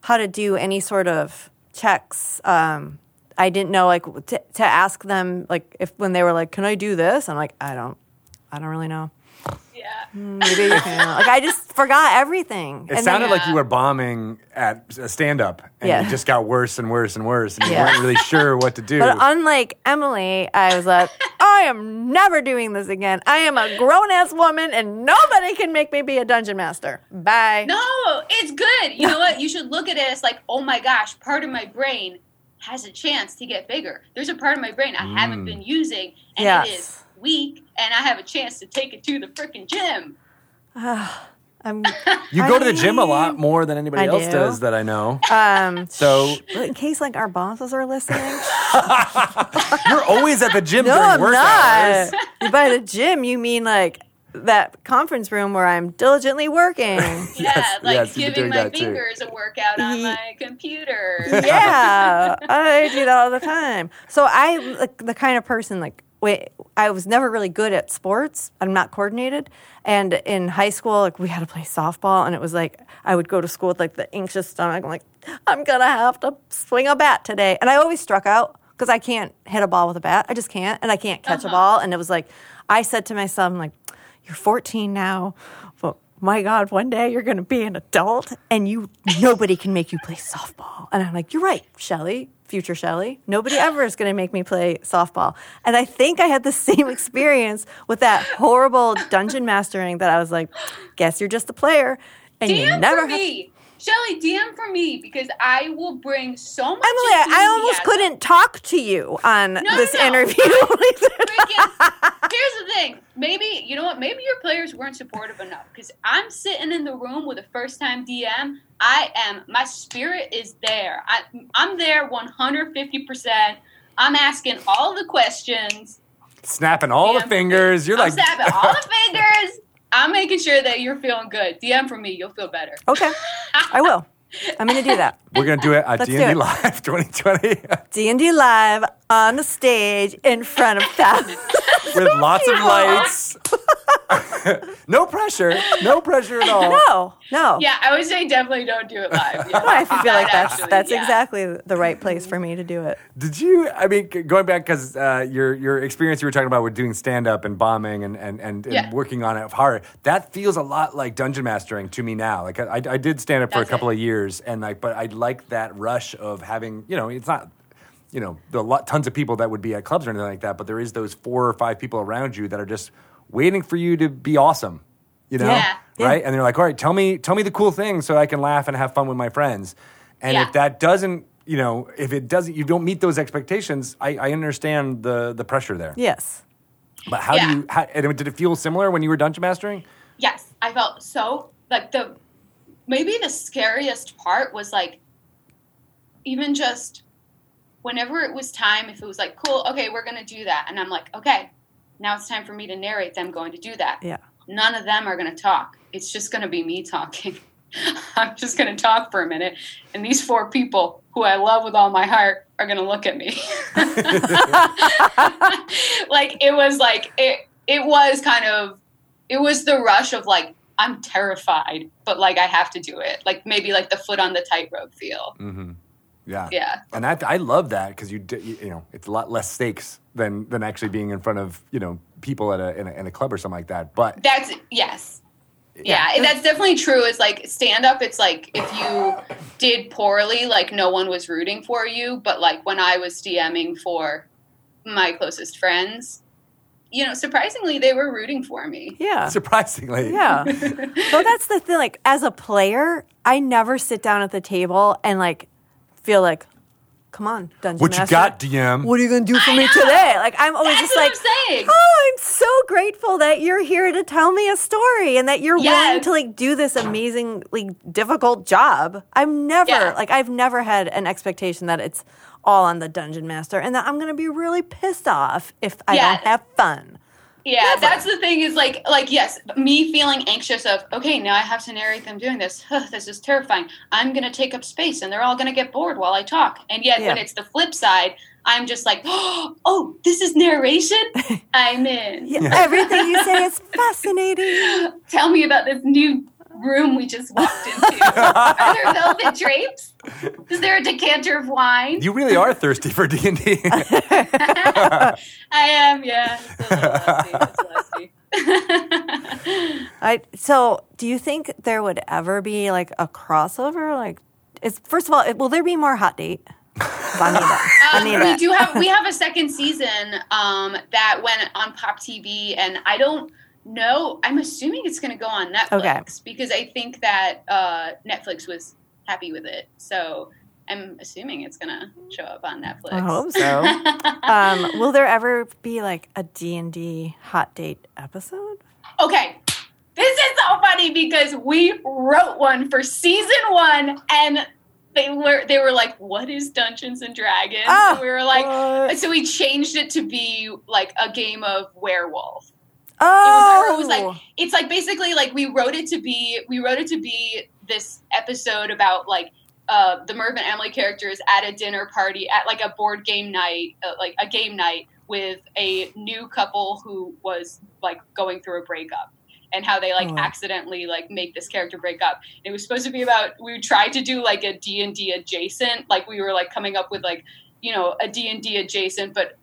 B: how to do any sort of checks. Um, I didn't know like to, to ask them like if when they were like, "Can I do this?" I'm like, "I don't, I don't really know."
E: yeah.
B: Maybe you can. like I just forgot everything.
A: It
B: And then- uh,
A: sounded like you were bombing at a stand up and
B: Yeah.
A: it just got worse and worse and worse and you
B: Yeah.
A: weren't really sure what to do.
B: But unlike Emily, I was like, I am never doing this again. I am a grown ass woman and nobody can make me be a dungeon master. Bye.
E: No, it's good. You know what? You should look at it as like, oh my gosh, part of my brain has a chance to get bigger. There's a part of my brain I
A: Mm.
E: haven't been using, and
B: Yes.
E: it is weak, and I have a chance to take it to the freaking gym.
B: I'm,
A: you go to the gym a lot
B: I-
A: more than anybody
B: I
A: else
B: do.
A: does that I know.
B: um,
A: So
B: in case like our bosses are listening.
A: you're always at the gym
B: No,
A: during
B: I'm
A: work hours.
B: not. By the gym, you mean like that conference room where I'm diligently working.
E: Yeah,
A: Yes,
E: like
A: yes, you've been doing
E: giving my
A: that too.
E: fingers a workout on
B: Ye-
E: my computer.
B: yeah, I Oh, do that all the time. So I'm like the kind of person like wait, I was never really good at sports. I'm not coordinated. And in high school, like we had to play softball, and it was like I would go to school with like the anxious stomach. I'm like, I'm gonna have to swing a bat today, and I always struck out because I can't hit a ball with a bat. I just can't, and I can't catch a ball. And it was like I said to myself, I'm like, you're 14 now, but my God, one day you're going to be an adult and you nobody can make you play softball. And I'm like, you're right, Shelly, future Shelly. Nobody ever is going to make me play softball. And I think I had the same experience with that horrible dungeon mastering that I was like, guess you're just a player and you
E: DM
B: never
E: for
B: have.
E: me. Shelly, DM for me because I will bring so much.
B: Emily, I- I almost
E: enthusiasm.
B: couldn't talk to you on
E: no,
B: this
E: no.
B: interview.
E: freaking- Here's the thing. Maybe you know what? Maybe your players weren't supportive enough because I'm sitting in the room with a first-time DM. I am. My spirit is there. I, I'm there 150. percent I'm asking all the questions.
A: Snapping all the
E: DM.
A: fingers. You're
E: I'm
A: like
E: snapping all the fingers. I'm making sure that you're feeling good. DM for me. You'll feel better.
A: Oh.
B: okay, I will. I'm going to do that.
A: we're gonna do it at
B: Let's do
A: D&D
B: it.
A: Live 2020
B: D&D live on the stage in front of thousands.
A: with lots of lights. no pressure. No pressure at all.
B: No, no.
E: Yeah, I would say definitely don't do it live. Yeah.
B: I feel like that's
E: Actually,
B: that's
E: yeah.
B: exactly the right place for me to do it.
A: Did you? I mean, g- going back because uh, your your experience you were talking about with doing stand up and bombing and and and, and
E: Yeah.
A: working on it hard. That feels a lot like dungeon mastering to me now. Like I, I did stand up for a
E: Does it?
A: couple of years, and like, but I like that rush of having. You know, it's not. You know, the lot, tons of people that would be at clubs or anything like that, but there is those four or five people around you that are just waiting for you to be awesome. You know,
E: Yeah.
B: Yeah.
A: right? And they're like, "All right, tell me, tell me the cool thing, so I can laugh and have fun with my friends." And
E: Yeah.
A: if that doesn't, you know, if it doesn't, you don't meet those expectations. I, I understand the the pressure there.
B: Yes.
A: But how
E: Yeah.
A: do you? How, and did it feel similar when you were dungeon mastering?
E: yes i felt so like the maybe the scariest part was like even just whenever it was time if it was like cool okay we're gonna do that and i'm like okay now it's time for me to narrate them going to do that
B: Yeah.
E: none of them are gonna talk it's just gonna be me talking i'm just gonna talk for a minute and these four people who i love with all my heart are gonna look at me like it was like it it was kind of it was the rush of like I'm terrified, but like I have to do it. Like maybe like the foot on the tightrope feel.
A: Mm-hmm. Yeah.
E: Yeah.
A: And that, I love that because you, d- you you know it's a lot less stakes than than actually being in front of you know people at a in a, in a club or something like that. But
E: That's yes. Yeah, and that's definitely true. It's like stand up, it's like if you did poorly, like no one was rooting for you. But like when I was DMing for my closest friends, you know, surprisingly, they were rooting for me.
B: Yeah.
A: surprisingly,
B: Yeah. so that's the thing. Like, as a player, I never sit down at the table and like feel like, come on, dungeon
A: What you
B: master.
A: got, DM?
B: What are you gonna do for me today? Like, I'm always
E: That's
B: just
E: what
B: like,
E: I'm saying.
B: oh, I'm so grateful that you're here to tell me a story and that you're willing
E: Yes.
B: to like do this amazingly difficult job. I'm never
E: Yeah.
B: like I've never had an expectation that it's all on the dungeon master and that I'm gonna be really pissed off if I
E: Yeah.
B: don't have fun.
E: Yeah, that's the thing is like like yes, me feeling anxious of okay, now I have to narrate them doing this. Ugh, this is terrifying. I'm going to take up space and they're all going to get bored while I talk. And yet when
B: Yeah.
E: it's the flip side, I'm just like, "Oh, this is narration? I'm in.
B: Yeah, Everything you say is fascinating.
E: Tell me about this new room we just walked into. Are there velvet drapes? Is there a decanter of wine?
A: You really are thirsty for D and D.
E: I am, yeah. It's a little lusty, it's lusty.
B: I so do you think there would ever be like a crossover? Like, is first of all, it- will there be more hot date? 'Cause I need it. I
E: Um,
B: need
E: we
B: it.
E: do have we have a second season um, that went on Pop TV, and I don't know. I'm assuming it's going to go on Netflix
B: Okay.
E: because I think that uh, Netflix was happy with it. So I'm assuming it's going to show up on Netflix.
B: I hope so. um, will there ever be like a D&D hot date episode?
E: okay. This is so funny because we wrote one for season one and they were they were like, What is Dungeons and Dragons?
B: Ah,
E: and we were like
B: what?
E: so we changed it to be like a game of werewolf. It was,
B: Oh,
E: or it was like it's like basically like we wrote it to be we wrote it to be this episode about like uh, the Merv and Emily characters at a dinner party at like a board game night uh, like a game night with a new couple who was like going through a breakup and how they like
B: Oh.
E: accidentally like make this character break up. It was supposed to be about we tried to do like a D&D adjacent like we were like coming up with like you know a D&D adjacent but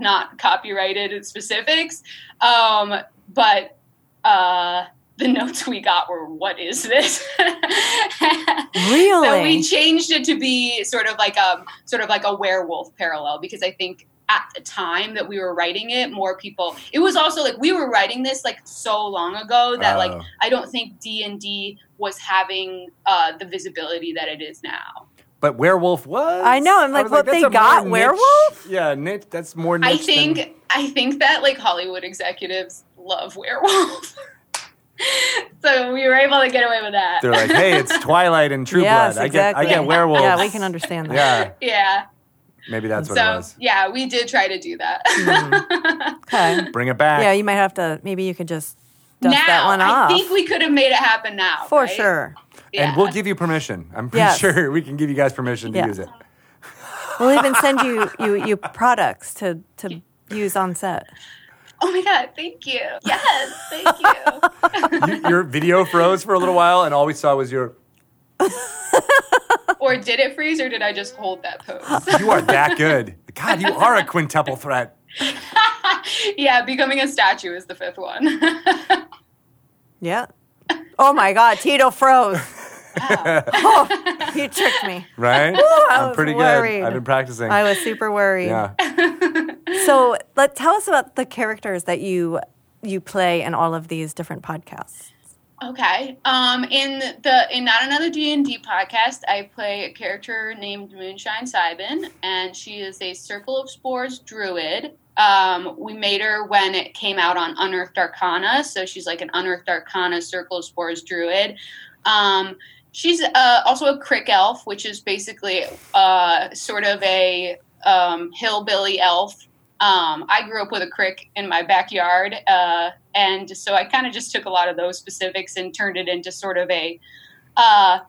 E: not copyrighted specifics. Um, but uh, the notes we got were, "What is this?"
B: Oh, really?
E: So we changed it to be sort of like a sort of like a werewolf parallel because I think at the time that we were writing it, more people. It was also like we were writing this like so long ago that
A: Oh.
E: like I don't think D and D was having uh, the visibility that it is now.
A: but werewolf was.
B: I know, I'm
A: I
B: like,
A: was
B: what,
A: that's
B: they
A: a more
B: got
A: niche-
B: werewolf?
A: Yeah, niche. That's more. Niche
E: I
A: than-
E: think I think that like Hollywood executives love werewolves. So we were able to get away with that.
A: they're like, hey, it's Twilight and True
B: yes,
A: Blood. I
B: exactly.
A: get, I get werewolves.
B: Yeah, we can understand that.
A: Yeah,
E: yeah.
A: maybe that's what it
E: So
A: was.
E: yeah, we did try to do that.
B: Okay.
A: Bring it back.
B: Yeah, you might have to, maybe you could just dust
E: now
B: that one
E: I
B: off.
E: think we could have made it happen now.
B: For
E: right?
B: sure.
E: Yeah.
A: And we'll give you permission. I'm pretty
B: Yes.
A: sure we can give you guys permission to
B: Yeah.
A: use it.
B: We'll even send you, you, you products to, to use on set.
E: Oh my god! Thank you. Yes, thank you.
A: You- your video froze for a little while, and all we saw was your.
E: or did it freeze, or did I just hold that pose?
A: You are that good. God, you are a quintuple threat.
E: yeah, becoming a statue is the fifth one.
B: Yeah. Oh my God, Tito froze.
E: Wow.
B: Oh, you tricked me.
A: Right?
B: I
A: I'm
B: was
A: pretty
B: worried.
A: good. I've been practicing.
B: I was super worried.
A: yeah.
B: So, let tell us about the characters that you you play in all of these different podcasts.
E: Okay. Um, in the in not another D and D podcast, I play a character named Moonshine Sybin, and she is a Circle of Spores druid. Um, we made her when it came out on Unearthed Arcana, so she's like an Unearthed Arcana Circle of Spores druid. Um, she's uh, also a crick elf, which is basically uh, sort of a um, hillbilly elf um, I grew up with a crick in my backyard, uh, and so I kind of just took a lot of those specifics and turned it into sort of a uh,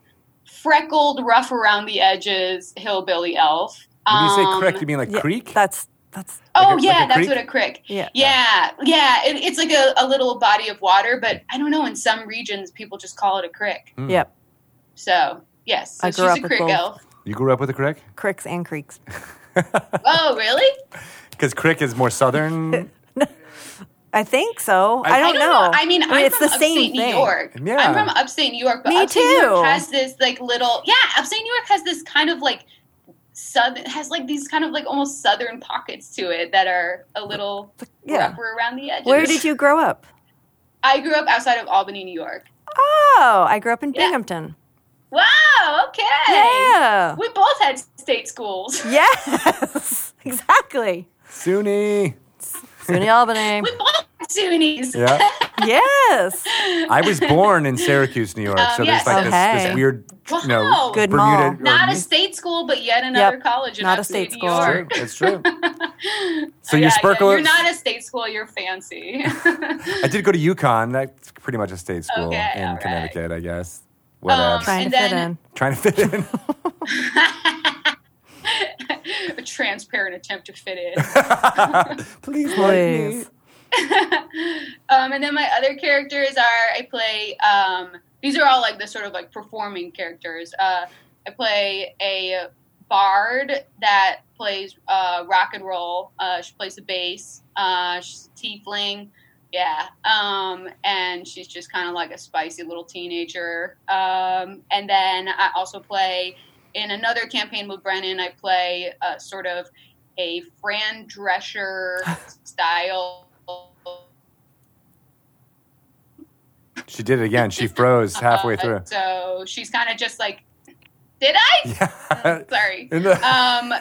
E: freckled, rough around the edges hillbilly elf.
A: When you say
E: Um,
A: crick, you mean like
B: Yeah,
A: creek?
B: That's that's
E: Oh
A: Like a-
E: yeah,
A: like a
E: that's
A: creek?
E: what a crick.
B: Yeah.
E: yeah, yeah. It, it's like a, a little body of water, but I don't know. In some regions, people just call it a crick.
A: Hmm.
B: yep.
E: So yes, so
B: I grew
E: she's
B: up
E: a
B: with
E: crick
B: both.
E: elf.
A: You grew up with a crick?
B: Cricks and creeks.
E: Oh, really?
A: Because crick is more southern.
B: I think so. I, don't, know.
E: I mean, I'm
B: it's
E: from
B: the
E: upstate
B: same
E: New
B: thing.
E: York.
A: Yeah.
E: I'm from upstate New York, but
B: Me
E: upstate New
B: too.
E: York has this like little yeah. Upstate New York has this kind of like southern has like these kind of like almost southern pockets to it that are a little
B: Yeah.
E: rougher around the edges.
B: Where did you grow up?
E: I grew up outside of Albany, New York.
B: Oh, I grew up in
E: Yeah.
B: Binghamton.
E: Wow. Okay.
B: Yeah.
E: We both had state schools.
B: Yes, exactly.
A: SUNY.
B: SUNY Albany.
E: We both had SUNYs.
A: Yeah.
B: yes.
A: I was born in Syracuse, New York. so
E: Um,
A: there's
E: yes.
A: like this,
B: Okay.
A: this weird, you know,
E: Wow.
B: Good
A: Bermuda.
B: mall.
A: or-
E: Not a state school, but yet another
B: Yep.
E: college in
B: Not a
E: upstate
B: state
E: New
B: school.
A: It's true.
E: York.
A: It's true. So
E: Oh,
A: your
E: yeah, yeah.
A: sparkle-
E: You're not a state school. You're fancy.
A: I did go to UConn. That's pretty much a state school
E: Okay,
A: in
E: all right.
A: Connecticut, I guess. What
E: Um,
B: Trying
E: And
B: to fit
E: then-
B: in.
A: Trying to fit in.
E: a transparent attempt to fit in.
A: Please, like me.
B: Please.
E: um, and then my other characters are I play. Um, these are all like the sort of like performing characters. Uh, I play a bard that plays uh, rock and roll. Uh, she plays the bass. Uh, she's a tiefling. Yeah. Um, and she's just kind of like a spicy little teenager. Um, and then I also play in another campaign with Brennan. I play uh, sort of a Fran Drescher style.
A: She did it again. She froze halfway
E: Uh,
A: through.
E: so she's kind of just like, did I?
A: Yeah.
E: Sorry.
A: In the-
E: Um,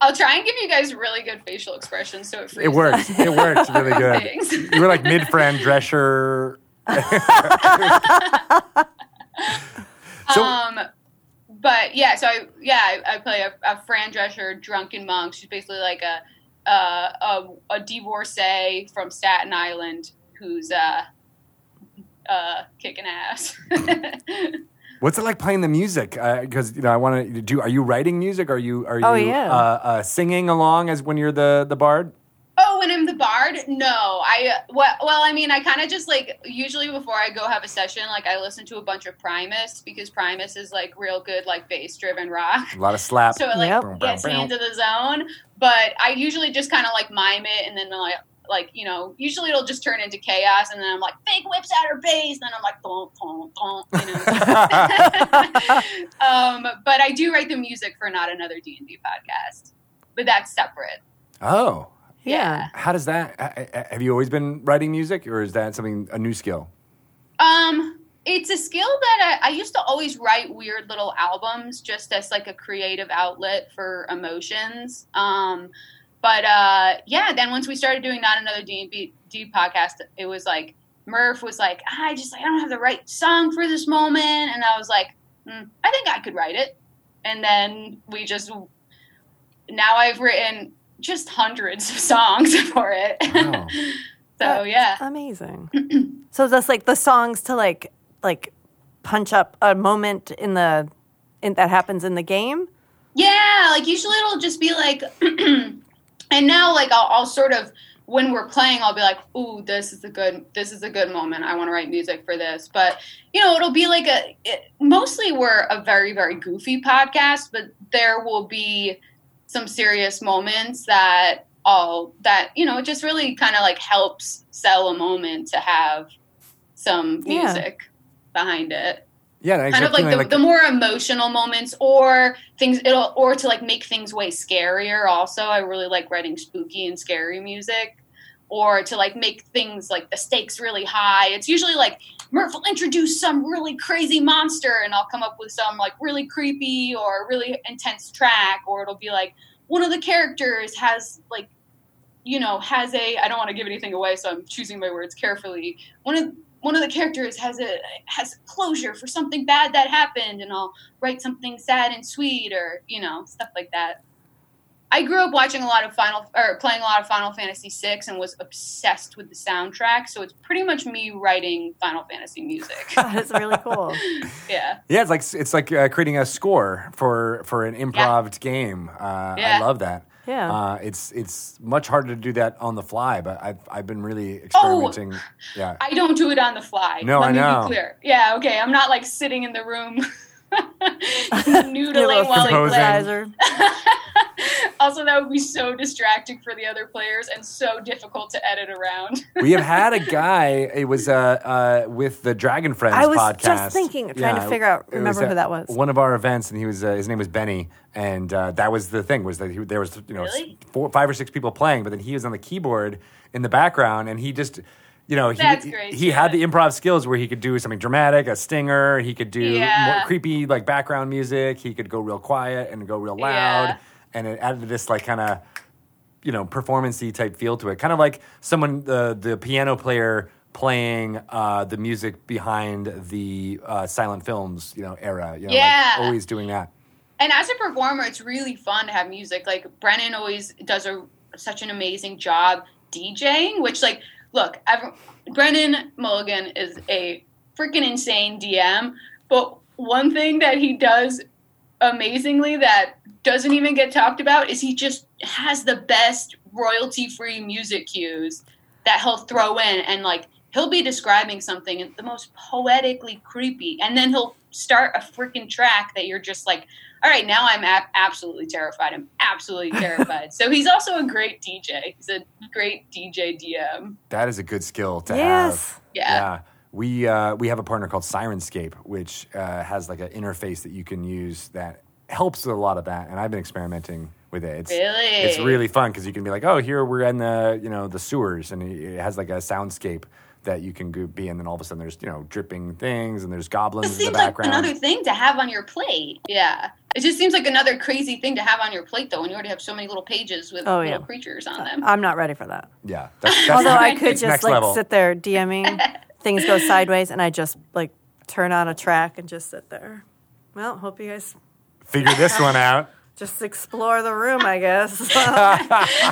E: I'll try and give you guys really good facial expressions so it frees
A: it worked. It worked really good.
E: Things.
A: You were like mid friend Drescher. So-
E: um, but yeah, so I yeah I, I play a, a Fran Drescher drunken monk. She's basically like a uh, a, a divorcee from Staten Island who's uh, uh, kicking ass.
A: What's it like playing the music? Because you know, I want to do. Are you writing music? Are you are you
B: Oh, yeah.
A: uh, uh, singing along as when you're the the bard?
E: Oh, when I'm the bard? No, I well, well I mean, I kind of just like usually before I go have a session, like I listen to a bunch of Primus because Primus is like real good, like bass driven rock.
A: A lot of slap.
E: So it like
B: Yep.
A: Boom,
E: gets
A: boom,
E: me
A: boom.
E: into the zone. But I usually just kind of like mime it, and then like like you know, usually it'll just turn into chaos, and then I'm like big whips out her bass, and then I'm like boom, boom, boom, you know. um, but I do write the music for not another D and D podcast, but that's separate.
A: oh,
B: Yeah.
A: how does that? h- h- Have you always been writing music, or is that something a new skill?
E: Um, it's a skill that I, I used to always write weird little albums just as like a creative outlet for emotions. Um, but uh, yeah, then once we started doing not another D&B D podcast, it was like Murph was like, I just I don't have the right song for this moment, and I was like, "Hmm, I think I could write it, and then we just now I've written just hundreds of songs for it.
A: Wow.
E: so yeah.
B: Amazing. so that's like the songs to like like punch up a moment in the in, that happens in the game.
E: Yeah, like usually it'll just be like, and now like I'll, I'll sort of when we're playing, I'll be like, "Ooh, this is a good, this is a good moment. I want to write music for this." But you know, it'll be like a it, mostly we're a very very goofy podcast, but there will be some serious moments that all that you know it just really kind of like helps sell a moment to have some
B: Yeah.
E: music behind it
A: Yeah, and I
E: kind
A: have
E: of like
A: feeling
E: the, the more emotional moments or things it'll or to like make things way scarier also i really like writing spooky and scary music or to like make things like the stakes really high it's usually like murph will introduce some really crazy monster and i'll come up with some like really creepy or really intense track or it'll be like one of the characters has like you know has a i don't want to give anything away so i'm choosing my words carefully one of one of the characters has a has closure for something bad that happened and I'll write something sad and sweet or you know stuff like that. I grew up watching a lot of Final or playing a lot of Final Fantasy VI and was obsessed with the soundtrack, so it's pretty much me writing Final Fantasy music.
B: That is really cool.
E: yeah.
A: yeah, it's like it's like uh, creating a score for for an improv game. Uh,
E: Yeah.
A: I love that.
B: Yeah.
A: uh, it's it's much harder to do that on the fly, but I've I've been really
E: Oh.
A: experimenting. yeah,
E: I don't do it on the fly.
A: No,
E: Let
A: I
E: me
A: know.
E: be clear. Yeah, okay. I'm not like sitting in the room noodling while he
A: composing.
E: plays.
B: Synthesizer.
E: Also, that would be so distracting for the other players and so difficult to edit around.
A: we have had a guy. It was uh, uh, with the Dragon Friends
B: I was
A: podcast.
B: just thinking, trying to figure out-
A: it was
B: remember
A: at
B: who that was.
A: One of our events, and he was uh, his name was Benny, and uh, that was the thing was that he, there was you know s-
E: Really?
A: four, five or six people playing, but then he was on the keyboard in the background, and he just. You know, he,
E: That's great,
A: he had the
E: yeah.
A: improv skills where he could do something dramatic, a stinger. He could do
E: Yeah.
A: more creepy like background music. He could go real quiet and go real loud,
E: Yeah.
A: and it added this like kind of you know performancey type feel to it kind of like someone the the piano player playing uh, the music behind the uh, silent films you know era you know, like,
E: Yeah.
A: always doing that
E: And as a performer, it's really fun to have music. Like Brennan always does a such an amazing job DJing, which like look, ever, Brennan Mulligan is a freaking insane DM, but one thing that he does amazingly that doesn't even get talked about is he just has the best royalty-free music cues that he'll throw in and like he'll be describing something and the most poetically creepy and then he'll start a freaking track that you're just like all right now i'm ab- absolutely terrified i'm absolutely terrified so he's also a great dj he's a great dj dm
A: that is a good skill to
B: Yes.
A: have
E: yeah,
A: we uh, we have a partner called sirenscape which uh, has like an interface that you can use that helps with a lot of that and i've been experimenting with it it's
E: really
A: it's really fun because you can be like oh here we're in the you know the sewers and it it has like a soundscape that you can go- be in and all of a sudden there's you know dripping things and there's
E: it
A: goblins in the
E: seems like
A: background
E: another thing to have on your plate yeah it just seems like another crazy thing to have on your plate though when you already have so many little pages with
B: Oh,
E: little
B: yeah.
E: creatures
A: Uh,
E: on them
B: I'm not ready for that.
A: Yeah. That's, that's
B: Although I
E: It's
B: could just
A: next
B: like
A: level.
B: sit there DMing, things go sideways, and I just like turn on a track and just sit there. Well, hope you guys
A: figure this one out.
B: just explore the room, I guess.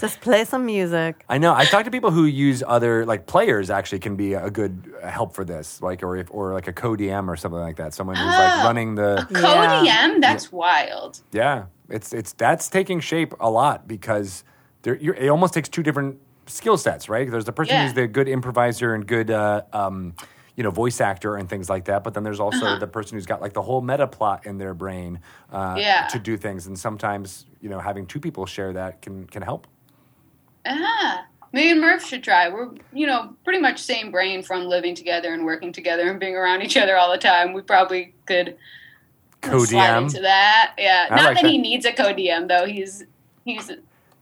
B: just play some music.
A: I know. I talked to people who use other like players actually can be a good uh, help for this, like or if or like a co-DM or something like that. Someone who's like
E: Oh.
A: running the
B: Yeah.
E: Code EM, that's wild.
A: yeah. It's it's that's taking shape a lot because there you're, it almost takes two different skill sets, right? There's the person
E: Yeah.
A: who's the good improviser and good. Uh, um, you know, voice actor and things like that. But then there's also
E: Uh-huh.
A: the person who's got like the whole meta plot in their brain uh,
E: Yeah.
A: to do things. And sometimes, you know, having two people share that can can help.
E: Ah, me and Murph should try. We're, you know, pretty much same brain from living together and working together and being around each other all the time. We probably could slide into
A: Co-DM.
E: that. Yeah,
A: I
E: not
A: like
E: that, he
A: that.
E: needs a co-DM though. He's he's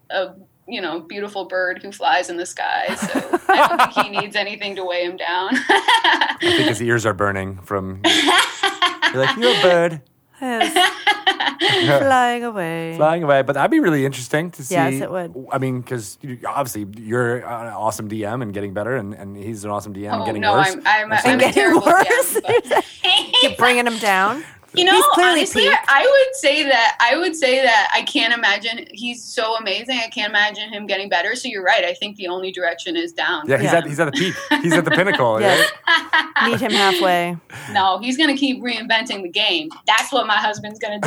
E: a you know beautiful bird who flies in the sky. So I don't think he needs anything to weigh him down.
A: I think his ears are burning from. You're like, you're a bird
B: Yes. Flying away.
A: flying away. But that'd be really interesting to see.
B: Yes, it would.
A: I mean, because obviously you're an awesome DM and getting better, and, and he's an awesome DM
E: oh
A: getting
E: no,
A: worse.
E: I'm I'm,
A: And
E: I'm
A: so-
E: a terrible
B: worse.
E: DM, but-
B: Bringing him down.
E: You know,
B: He's clearly
E: honestly,
B: peaked.
E: I would say that I would say that I can't imagine he's so amazing. I can't imagine him getting better. So you're right. I think the only direction is down.
A: yeah, he's
B: Yeah.
A: at he's at the peak. He's at the pinnacle.
B: Yes.
A: right?
B: Meet him halfway.
E: No, he's gonna keep reinventing the game. That's what my husband's gonna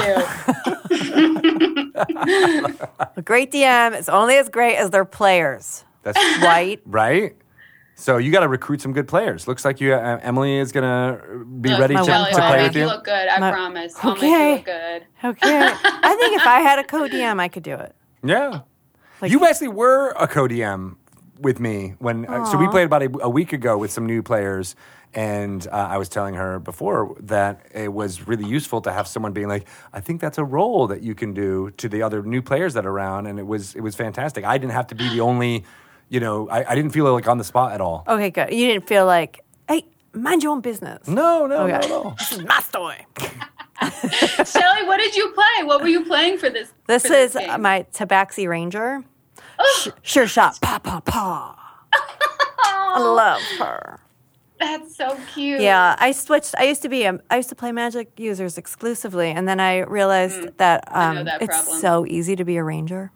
E: do.
B: A great DM is only as great as their players.
A: That's
B: Right?
A: right. So you got to recruit some good players. Looks like you, uh, Emily, is gonna be ready to,
B: my
A: to
B: one
E: I'll
A: play
E: make
A: with
E: you
A: you.
E: look good. I
B: My-
E: promise. I'll make you
B: Okay.
E: look good.
B: Okay. I think if I had a co DM, I could do it.
A: Yeah.
B: Like-
A: you actually were a co-DM with me when, uh, so we played about a, a week ago with some new players. And uh, I was telling her before that it was really useful to have someone being like, "I think that's a role that you can do to the other new players that are around," and it was it was fantastic. I didn't have to be the only, you know, I, I didn't feel like on the spot at all.
B: Okay, good. You didn't feel like, hey, mind your own business.
A: No, no,
B: Okay.
A: no, no.
B: This is my story.
E: Shelly, what did you play? What were you playing for this?
B: This
E: for
B: is uh,
E: game?
B: my Tabaxi Ranger. Sh- sure shot. Pa, pa, pa. I love her.
E: That's so cute.
B: Yeah, I switched. I used to be, um, I used to play Magic users exclusively, and then I realized that, um,
E: Mm. know that
B: it's
E: problem.
B: so easy to be a Ranger.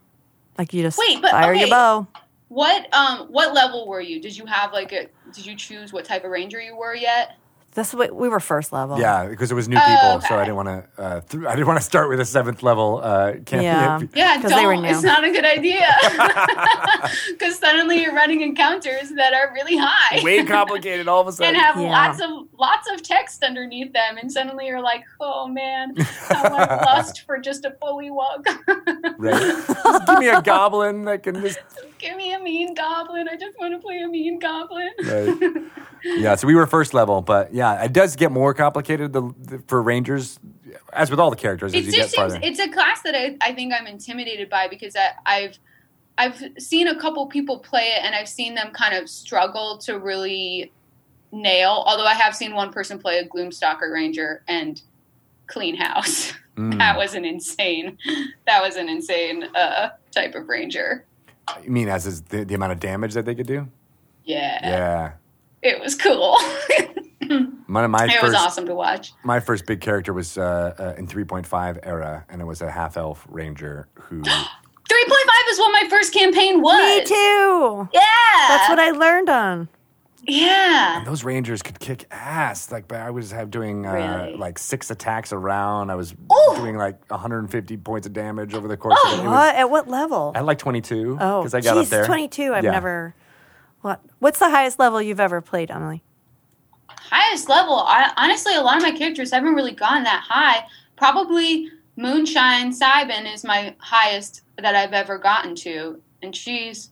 B: Like you just
E: Wait, but-
B: fire your
E: okay.
B: bow.
E: What um what level were you? Did you have like a? Did you choose what type of ranger you were yet?
B: This we, we were first level.
A: Yeah, because it was new people, so I didn't want to. Uh, th- I didn't want to start with a seventh level uh, camp.
B: Yeah.
E: Yeah,
B: 'Cause they were
E: don't. It's
B: new.
E: not a good idea. Because suddenly you're running encounters that are really high
A: Way complicated all of a sudden.
E: and have
B: Yeah.
E: lots of lots of text underneath them, and suddenly you're like, "Oh man, how I lust for just a bullywug.
A: right. Just give me a goblin that can just.
E: Give me a mean goblin. I just want to play a mean goblin."
A: Right. yeah, so we were first level, but yeah, it does get more complicated the, the, for rangers, as with all the characters as
E: It
A: you
E: just
A: get
E: seems
A: farther.
E: it's a class that I, I think I'm intimidated by because I, I've I've seen a couple people play it and I've seen them kind of struggle to really nail. Although I have seen one person play a Gloomstalker Ranger and clean house.
A: Mm.
E: That was an insane. That was an insane uh, type of ranger.
A: you mean as is the, the amount of damage that they could do?
E: Yeah,
A: Yeah.
E: it was cool.
A: One of my
E: it
A: first,
E: was awesome to watch.
A: my first big character was uh, uh, in 3.5 era, and it was a half elf ranger who.
E: Three point five is what my first campaign was.
B: Me too.
E: Yeah,
B: That's what I learned on.
E: Yeah,
A: Those rangers could kick ass. Like, but I was have doing uh,
E: Really? Oh!
A: like six attacks a round. I was doing like 150 points of damage over the course of it. it was,
B: What? At what level?
A: at like 22
B: Oh,
A: because I got
B: jeez,
A: up there.
B: 22. I've
A: Yeah.
B: never. What? What's the highest level you've ever played, Emily?
E: highest level. I, honestly, a lot of my characters haven't really gone that high. Probably Moonshine Sybin is my highest that I've ever gotten to, and she's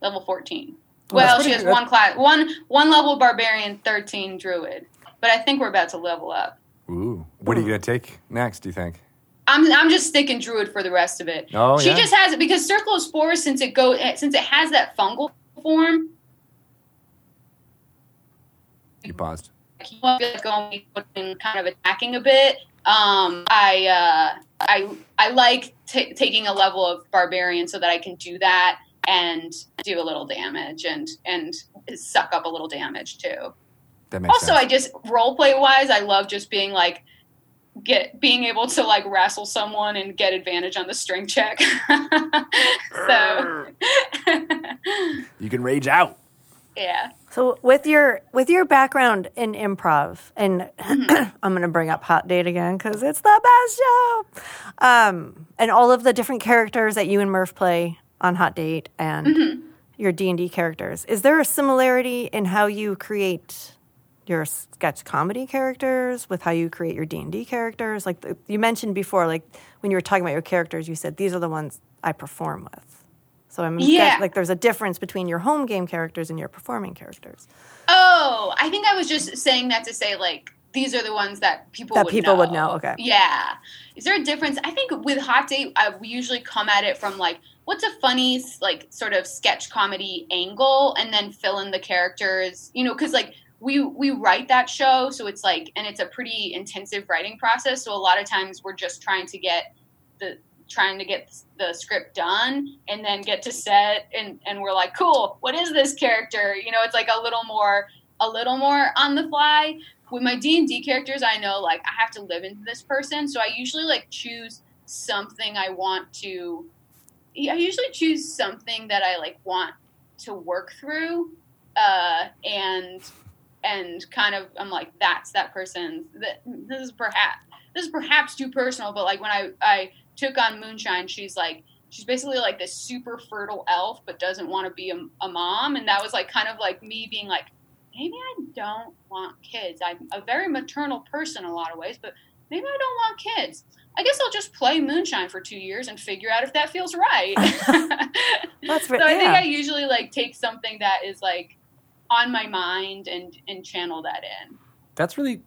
E: level fourteen.
A: Oh,
E: Well, she has one class, one one level barbarian, thirteen druid. But I think we're about to level up.
A: Ooh, what are you gonna take next? Do you think?
E: I'm I'm just sticking druid for the rest of it.
A: Oh,
E: she
A: yeah.
E: just has it because Circle of Spores, since it go since it has that fungal form,
A: You paused.
E: keep on going and kind of attacking a bit. Um, I uh, I I like ta taking a level of barbarian so that I can do that and do a little damage and and suck up a little damage too.
A: That makes
E: Also,
A: sense.
E: I just role play wise, I love just being like get being able to like wrestle someone and get advantage on the string check. so
A: you can rage out.
E: yeah,
B: So with your with your background in improv, and I'm going to bring up Hot Date again because it's the best show, um, and all of the different characters that you and Murph play on Hot Date and your D and D characters. Is there a similarity in how you create your sketch comedy characters with how you create your D and D characters? Like the, you mentioned before, like when you were talking about your characters, you said these are the ones I perform with. So I'm
E: Yeah.
B: like there's a difference between your home game characters and your performing characters
E: Oh, I think I was just saying that to say like these are the ones that people
B: that
E: would
B: people
E: know.
B: would know. Okay,
E: Yeah. Is there a difference? I think with Hot Date, uh, we usually come at it from like, what's a funny, s- like, sort of sketch comedy angle, and then fill in the characters, you know, because like we we write that show, so it's like, and it's a pretty intensive writing process. So a lot of times we're just trying to get the trying to get the script done and then get to set and and we're like cool what is this character you know it's like a little more a little more on the fly with my d&d characters i know like i have to live into this person so i usually like choose something i want to i usually choose something that i like want to work through uh, and and kind of i'm like that's that person Th- this is perhaps this is perhaps too personal but like when i i took on moonshine she's like she's basically like this super fertile elf but doesn't want to be a, a mom and that was like kind of like me being like maybe I don't want kids. I'm a very maternal person in a lot of ways, but maybe I don't want kids. I guess I'll just play moonshine for two years and figure out if that feels right.
B: that's
E: so I
B: right.
E: think
B: Yeah.
E: I usually like take something that is like on my mind and and channel that in.
A: That's really.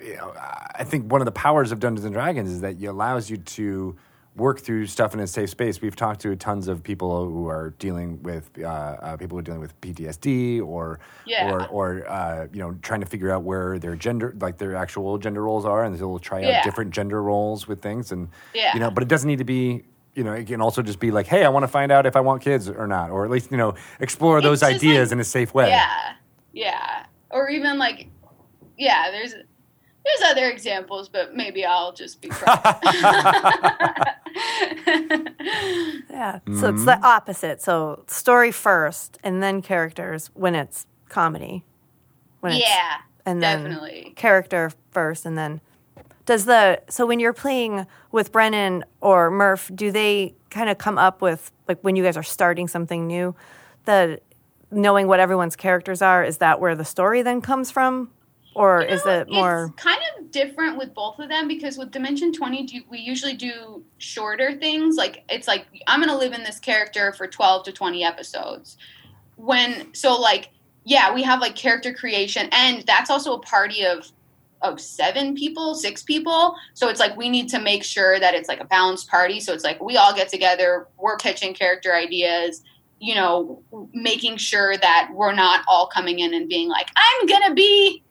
A: You know, I think one of the powers of Dungeons and Dragons is that it allows you to work through stuff in a safe space. We've talked to tons of people who are dealing with uh, uh, people who are dealing with PTSD or
E: Yeah.
A: or or uh, you know trying to figure out where their gender like their actual gender roles are, and they'll try out
E: Yeah.
A: different gender roles with things, and
E: Yeah.
A: you know, but it doesn't need to be. You know, it can also just be like, "Hey, I want to find out if I want kids or not," or at least you know, explore those
E: just
A: ideas
E: like-
A: in a safe way.
E: Yeah, yeah, or even like yeah. There's there's other examples, but maybe I'll just be. private.
B: yeah. So it's the opposite. So story first, and then characters when it's comedy. When it's,
E: yeah.
B: and then
E: Definitely.
B: character first, and then does the so when you're playing with Brennan or Murph, do they kind of come up with like when you guys are starting something new, the knowing what everyone's characters are is that where the story then comes from, or is
E: know,
B: it more?
E: it's kind of different with both of them because with dimension 20 do, we usually do shorter things like it's like i'm going to live in this character for 12 to 20 episodes when so like yeah we have like character creation and that's also a party of of seven people six people so it's like we need to make sure that it's like a balanced party so it's like we all get together we're pitching character ideas you know making sure that we're not all coming in and being like i'm gonna be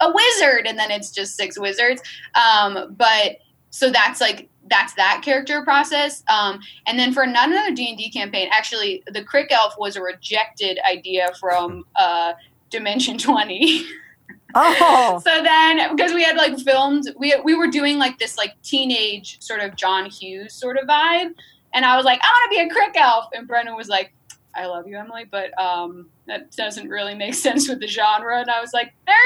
E: a wizard and then it's just six wizards um, but so that's like that's that character process um, and then for not another d&d campaign actually the crick elf was a rejected idea from uh, dimension 20
B: Oh,
E: so then because we had like filmed we, we were doing like this like teenage sort of john hughes sort of vibe and i was like i want to be a crick elf and brendan was like i love you emily but um that doesn't really make sense with the genre and i was like very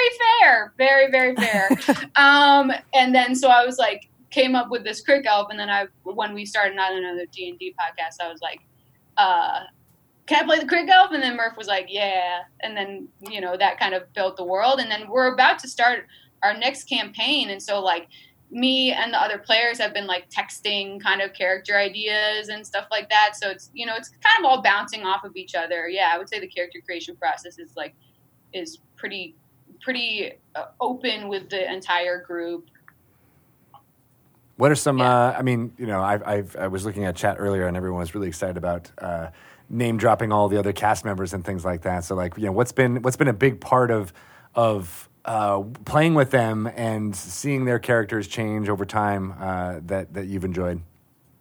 E: fair very very fair um and then so i was like came up with this crick elf and then i when we started not another d&d podcast i was like uh can I play the crick elf? And then Murph was like, yeah. And then, you know, that kind of built the world. And then we're about to start our next campaign. And so, like, me and the other players have been like texting kind of character ideas and stuff like that. So it's, you know, it's kind of all bouncing off of each other. Yeah, I would say the character creation process is like, is pretty, pretty uh, open with the entire group.
A: What are some?
E: Yeah.
A: Uh, I mean, you know, I, I've, I was looking at chat earlier, and everyone was really excited about uh, name dropping all the other cast members and things like that. So, like, you know, what's been what's been a big part of of uh, playing with them and seeing their characters change over time uh, that that you've enjoyed?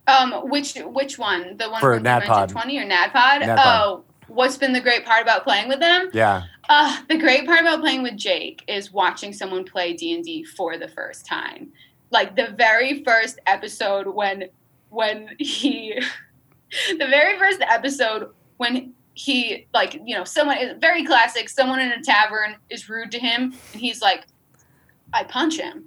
E: Um, which which one? The one
A: For
E: from Dimension
A: NatPod.
E: 20 or NatPod?
A: NatPod.
E: Oh, what's been the great part about playing with them?
A: Yeah,
E: Uh, the great part about playing with Jake is watching someone play D and D for the first time. Like the very first episode when when he the very first episode when he like you know someone is very classic someone in a tavern is rude to him and he's like i punch him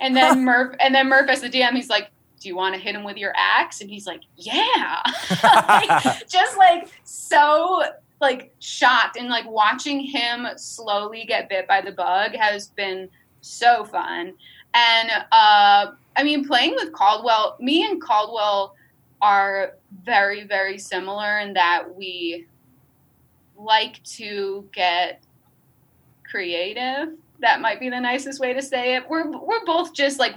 E: and then murph and then murph as the dm he's like do you want to hit him with your axe and he's like yeah Like, just like so like shocked and like watching him slowly get bit by the bug has been so fun and uh i mean playing with caldwell me and caldwell are very very similar in that we like to get creative that might be the nicest way to say it we're we're both just like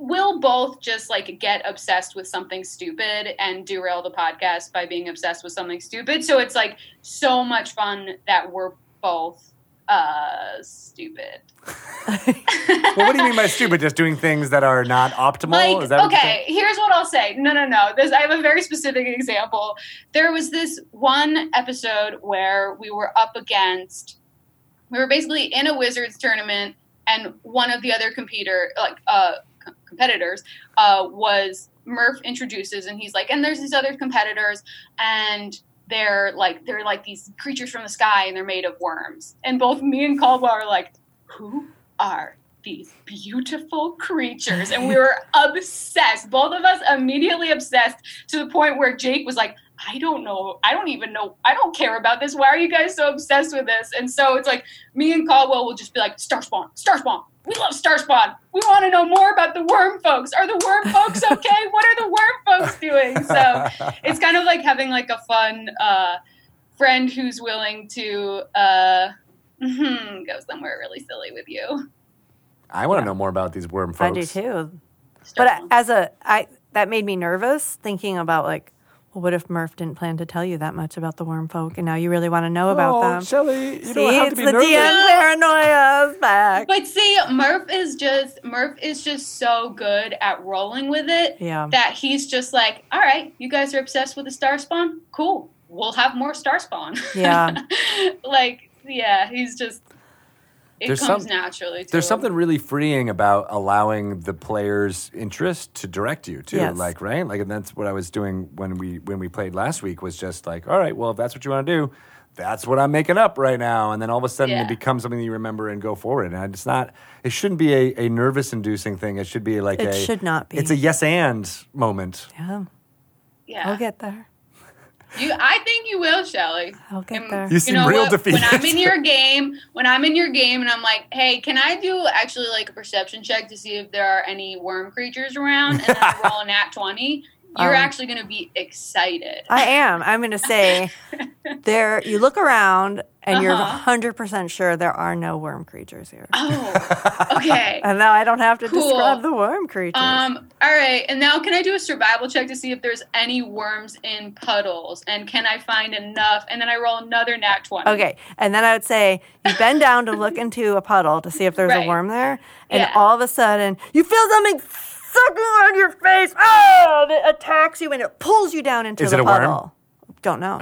E: we'll both just like get obsessed with something stupid and derail the podcast by being obsessed with something stupid so it's like so much fun that we're both uh stupid
A: well, what do you mean by stupid? Just doing things that are not optimal?
E: Like,
A: Is that what you're
E: okay, here's what I'll say. No, no, no. This I have a very specific example. There was this one episode where we were up against we were basically in a wizards tournament and one of the other competer like uh c- competitors uh was Murph introduces and he's like and there's these other competitors and they're like they're like these creatures from the sky and they're made of worms and both me and Caldwell are like who are these beautiful creatures and we were obsessed both of us immediately obsessed to the point where Jake was like I don't know I don't even know I don't care about this why are you guys so obsessed with this and so it's like me and Caldwell will just be like star spawn star spawn we love star spawn we want to know more about the worm folks are the worm folks okay what are the worm folks doing so it's kind of like having like a fun uh, friend who's willing to uh, go somewhere really silly with you.
A: I want to know more about these worm folks.
B: I do too. But I- as a, I that made me nervous thinking about like, well, what if Murph didn't plan to tell you that much about the worm folk, and now you really want to know about
A: oh,
B: them?
A: Shelley, you
B: See,
A: don't have
B: it's
A: to be
B: the
A: nervous.
B: DM paranoia is back.
E: But see, Murph is just Murph is just so good at rolling with it
B: Yeah.
E: that he's just like, all right, you guys are obsessed with the star spawn. Cool, we'll have more star spawn.
B: Yeah.
E: like, yeah, he's just. It
A: There's
E: comes
A: some-
E: naturally. To
A: There's
E: him.
A: something really freeing about allowing the player's interest to direct you too.
B: Yes.
A: Like, right? Like and that's what I was doing when we when we played last week was just like, all right, well if that's what you want to do, that's what I'm making up right now. And then all of a sudden
E: Yeah.
A: it becomes something that you remember and go forward. And it's not, it shouldn't be a, a nervous inducing thing. It should be like
B: It
A: a,
B: should not be.
A: It's a yes and moment.
B: Yeah,
E: Yeah.
B: Oh, I'll get there.
E: You, I think you will, Shelly.
B: I'll get
E: And
B: there. You
A: seem real
E: what?
A: defeated.
E: When I'm in your game, when I'm in your game, and I'm like, "Hey, can I do actually like a perception check to see if there are any worm creatures around?" And then I roll a nat twenty. You're
B: Um,
E: actually going to be excited.
B: I am. I'm going to say there. You look around, and you're
E: Uh-huh.
B: 100 percent sure there are no worm creatures here.
E: oh, okay.
B: And now I don't have to
E: Cool.
B: describe the worm creatures.
E: Um. All right. And now, can I do a survival check to see if there's any worms in puddles, and can I find enough? And then I roll another nat twenty.
B: Okay. And then I would say you bend down to look into a puddle to see if there's
E: Right.
B: a worm there. And
E: Yeah.
B: all of a sudden, you feel something sucking on your face. Oh, it attacks you and it pulls you down into
A: Is
B: the
A: it a worm?
B: puddle. Don't know.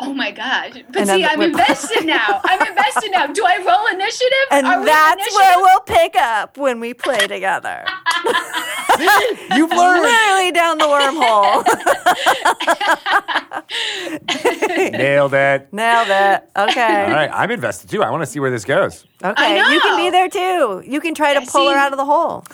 E: Oh my gosh! But
B: And
E: see,
B: then
E: I'm
B: we're-
E: invested now. I'm invested now. Do I roll initiative?
B: And
E: Are we
B: that's
E: initiative?
B: where we'll pick up when we play together.
A: You've learned.
B: Literally down the wormhole.
A: Nailed it.
B: Nailed it. Okay.
A: All right. I'm invested too. I want to see where this goes.
B: Okay.
E: I
B: You can be
E: know.
B: there too. You can try to
E: I
B: pull
E: see.
B: her out of the hole.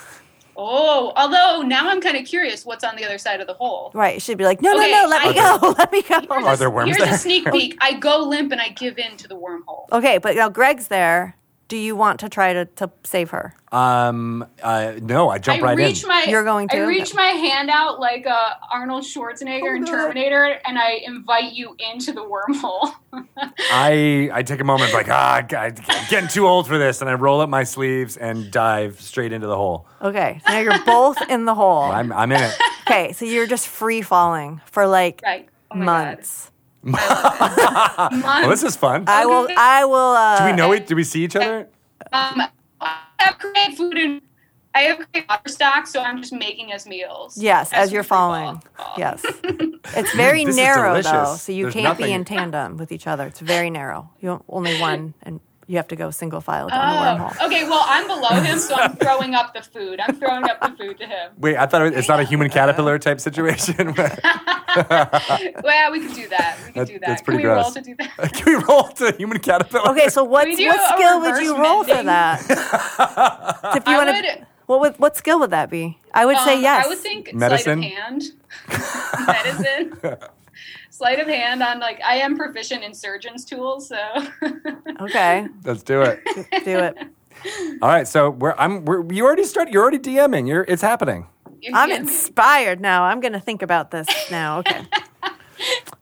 E: Oh, although now I'm kind of curious what's on the other side of the hole.
B: Right. She'd be like, no,
E: Okay,
B: no, no, let me
E: I-
B: go. Let me go.
A: Are there worms
E: Here's
A: there?
E: a sneak peek. I go limp and I give in to the wormhole.
B: Okay, but now Greg's there. Do you want to try to, to save her?
A: Um, uh, no, I jump
E: I
A: right
E: reach
A: in.
E: my
B: You're going
E: I
B: to? Oh,
E: reach my hand out like uh, Arnold Schwarzenegger in Terminator and I invite you into the wormhole.
A: I, I take a moment, like, ah, God, I'm getting too old for this. And I roll up my sleeves and dive straight into the hole.
B: Okay, so now you're both in the hole.
A: I'm, I'm in it.
B: okay, so you're just free falling for like
E: right. Oh my
B: months.
E: God. Months.
A: Well, this is fun.
B: I will.
E: Okay.
B: I will. Uh,
A: Do we know it? Do we see each other?
E: Um, I have created food and I have created water stock, so I'm just making us meals.
B: Yes, as
E: we
B: you're
E: free fall.
B: falling. Yes, it's very
A: This is
B: narrow though,
A: delicious.
B: so you
A: There's
B: can't be
A: nothing-
B: in tandem with each other. It's very narrow. You don't- only one, and you have to go single file down the
E: Oh,
B: wormhole.
E: okay. Well, I'm below him, so I'm throwing up the food. I'm throwing up the food to him.
A: Wait, I thought it, it's not a human caterpillar type situation. Can
E: Well, we could do that. We could
A: That-
E: do that.
A: that's
E: Can
A: pretty
E: we roll
A: gross.
E: to do that?
A: we roll to human caterpillar?
B: Okay, so what
E: we do
B: what
E: a
B: skill would
E: reverse
B: you roll for
E: mending?
B: that? if you
E: I
B: want
E: would-
B: to, what would, what skill would that be? I would say
E: Um,
B: yes.
E: I would think
A: Medicine?
E: sleight of hand. Medicine. sleight of hand on like I am proficient in surgeon's tools, so
B: okay,
A: Let's do it.
B: do it.
A: All right, so we're, I'm, we're, you already started, you're already DMing. You're, it's happening.
E: You
B: I'm
E: can-
B: inspired now. I'm going to think about this now. Okay.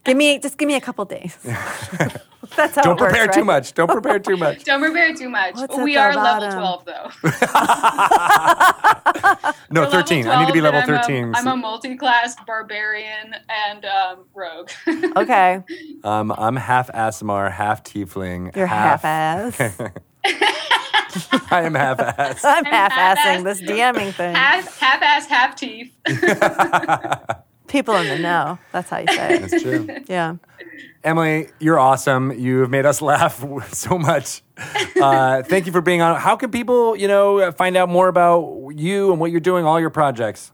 B: give me just give me a couple days. That's how
A: Don't
B: it works,
A: prepare too
B: right?
A: much. Don't prepare too much.
E: Don't prepare too much.
B: What's
E: we
B: at the
E: are
B: bottom?
E: level twelve though.
A: No,
E: We're level
A: 13. I need to be
E: 12,
A: level
E: and I'm a-
A: 13.
E: I'm a multi-class barbarian and um, rogue.
B: Okay.
A: Um, I'm half Asmar, half Tiefling.
B: You're half ass.
A: I am half ass.
B: I'm half
E: half-ass.
B: assing this DMing thing.
E: half, half ass, half teeth.
B: People in the know. That's how you say it.
A: That's true.
B: Yeah.
A: Emily, you're awesome. You've made us laugh so much. Uh, thank you for being on. How can people, you know, find out more about you and what you're doing, all your projects?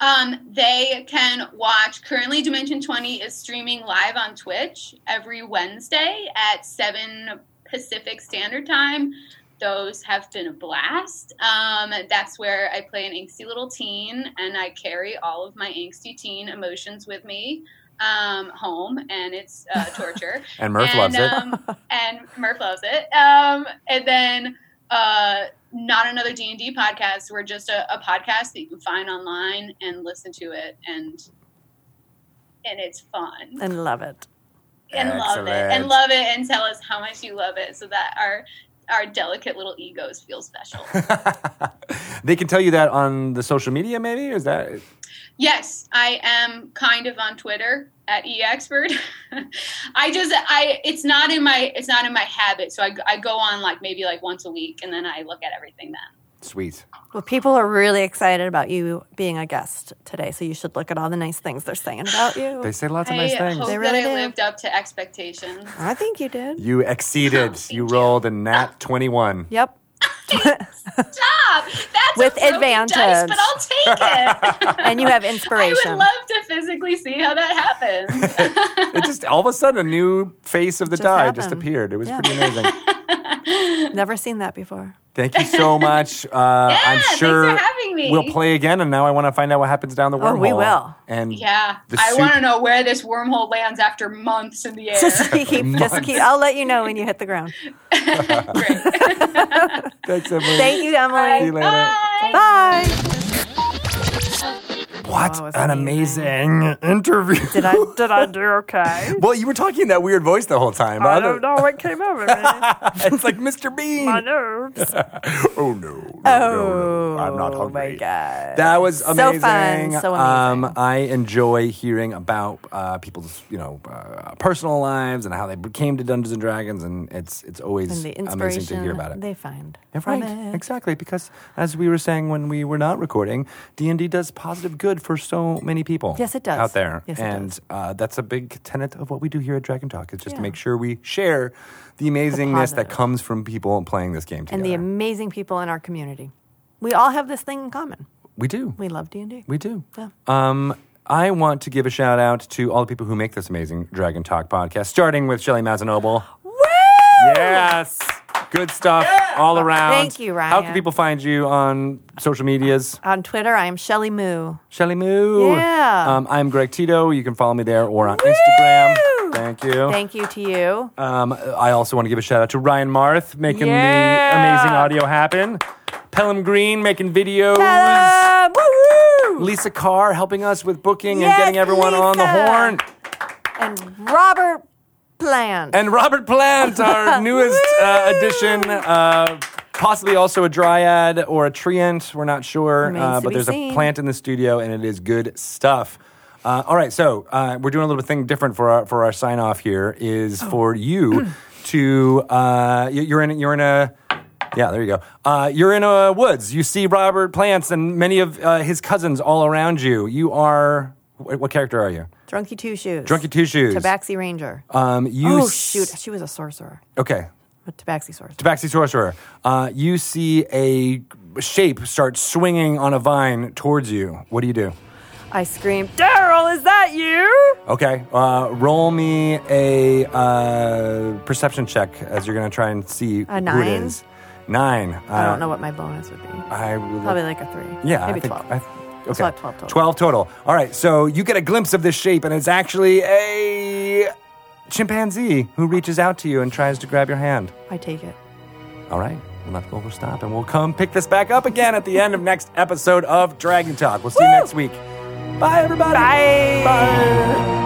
E: Um, they can watch. Currently, Dimension 20 is streaming live on Twitch every Wednesday at 7 Pacific Standard Time. Those have been a blast. Um, that's where I play an angsty little teen, and I carry all of my angsty teen emotions with me um, home, and it's uh, torture.
A: And Murph
E: and,
A: loves it.
E: Um, and Murph loves it. Um, and then uh, not another D and D podcast. We're just a, a podcast that you can find online and listen to it, and and it's fun
B: And love it.
E: and love it
A: Excellent.
E: and love it and tell us how much you love it so that our our delicate little egos feel special.
A: they can tell you that on the social media, maybe? Is that
E: Yes, I am kind of on Twitter at eexpert. I just I it's not in my it's not in my habit, so I, I go on like maybe like once a week and then I look at everything then.
A: sweet?
B: Well, people are really excited about you being a guest today, so you should look at all the nice things they're saying about you.
A: They say lots of
E: I
A: nice things.
E: hope
B: They
E: that
B: really
E: I
B: do.
E: lived up to expectations.
B: I think you did.
A: You exceeded. you rolled a nat 21.
B: Yep.
E: Stop. That's
B: With
E: a broken dice,
B: advantage.
E: but I'll take it.
B: and you have
E: I
B: inspiration.
E: would love to physically see how that happens.
A: It just all of a sudden a new face of the
B: Just
A: die just
B: happened.
A: appeared. It was
B: Yeah.
A: pretty amazing.
B: Never seen that before.
A: Thank you so much. Uh, I'm
E: thanks for
A: sure
E: having me.
A: we'll play again, and now I want to find out what happens down the wormhole.
B: Oh, we will.
A: And
E: yeah.
A: The
E: I
A: soup-
E: want to know where this wormhole lands after months in the
B: just
E: air.
B: keep, just keep. I'll let you know when you hit the ground.
E: Great.
A: thanks, Emily.
B: Thank
A: See
B: you,
A: you
B: Emily.
A: later.
E: Bye.
B: Bye.
A: What
B: Wow, it's
A: an Oh, amazing, interview.
B: Did I?
C: Did I do okay?
A: well, you were talking in that weird voice the whole time.
C: I don't know what came over me.
A: it's like Mr.
C: My
A: Bean.
C: nerves.
A: Oh, no. no, no,
B: Oh,
A: no. I'm not hungry.
B: my god.
A: That was
B: So
A: amazing.
B: fun, so
A: Um,
B: amazing.
A: I enjoy hearing about uh, people's, you know, uh, personal lives and how they came to Dungeons and Dragons, and it's it's always
B: And the
A: amazing
B: inspiration
A: to hear about it.
B: they find.
A: Yeah, right,
B: from it.
A: exactly. Because as we were saying when we were not recording, D and D does positive good for so many people.
B: Yes, it does.
A: out there,
B: Yes, it
A: and Uh, that's a big tenet of what we do here at Dragon Talk. Is just to
B: Yeah.
A: make sure we share the amazingness that
B: positive.
A: comes from people playing this game
B: and
A: together.
B: the amazing people in our community. We all have this thing in common.
A: we do.
B: We love D and D.
A: We do.
B: Yeah.
A: Um, I want to give a shout out to all the people who make this amazing Dragon Talk podcast, starting with Shelly Mazanoble.
B: Woo!
A: Yes. Good stuff all around.
B: Thank you,
A: How
B: Ryan.
A: can people find you on social medias?
B: On Twitter, I am Shelly Moo.
A: Shelly Moo.
B: Yeah.
A: Um, I'm Greg Tito. You can follow me there or on Instagram.
B: Woo!
A: Thank you.
B: Thank you to you.
A: Um, I also want to give a shout out to Ryan Marth making the
C: Yeah.
A: amazing audio happen. Pelham Green making videos.
B: Um, woo-woo!
A: Lisa Carr helping us with booking and
B: Yes,
A: getting everyone on the
B: Lisa.
A: horn.
B: And Robert Plant.
A: And Robert Plant, our newest uh, addition, uh, possibly also a dryad or a treant. We're not sure,
B: Remains
A: uh,
B: to
A: but
B: be
A: there's a
B: seen.
A: plant in the studio, and it is good stuff. Uh, all right, so uh, we're doing a little thing different for our for our sign off. Here is
B: Oh.
A: for you to uh, you- you're in you're in a. Yeah, there you go. Uh, you're in a woods. You see Robert Plants and many of uh, his cousins all around you. You are wh- what character are you?
B: Drunky Two Shoes.
A: Drunky Two Shoes.
B: Tabaxi Ranger.
A: Um, you
B: oh
A: s-
B: shoot, she was a sorcerer.
A: Okay,
B: A tabaxi sorcerer.
A: Tabaxi Sorcerer, uh, you see a shape start swinging on a vine towards you. What do you do?
B: I screamed, Daryl, is that you?
A: Okay, uh, roll me a uh, perception check as you're going to try and see
B: A
A: who it
B: nine?
A: is. Nine. Uh,
B: I don't know what my bonus would be.
A: I really,
B: Probably like a three.
A: yeah, I
B: maybe
A: think,
B: twelve.
A: I, okay.
B: So like 12 total.
A: 12 total. All right, so you get a glimpse of this shape, and it's actually a chimpanzee who reaches out to you and tries to grab your hand.
B: I take it.
A: All right. Well, that's where we'll stop, and we'll come pick this back up again at the end of next episode of Dragon Talk. We'll see you next week. Bye, everybody. Bye. Bye.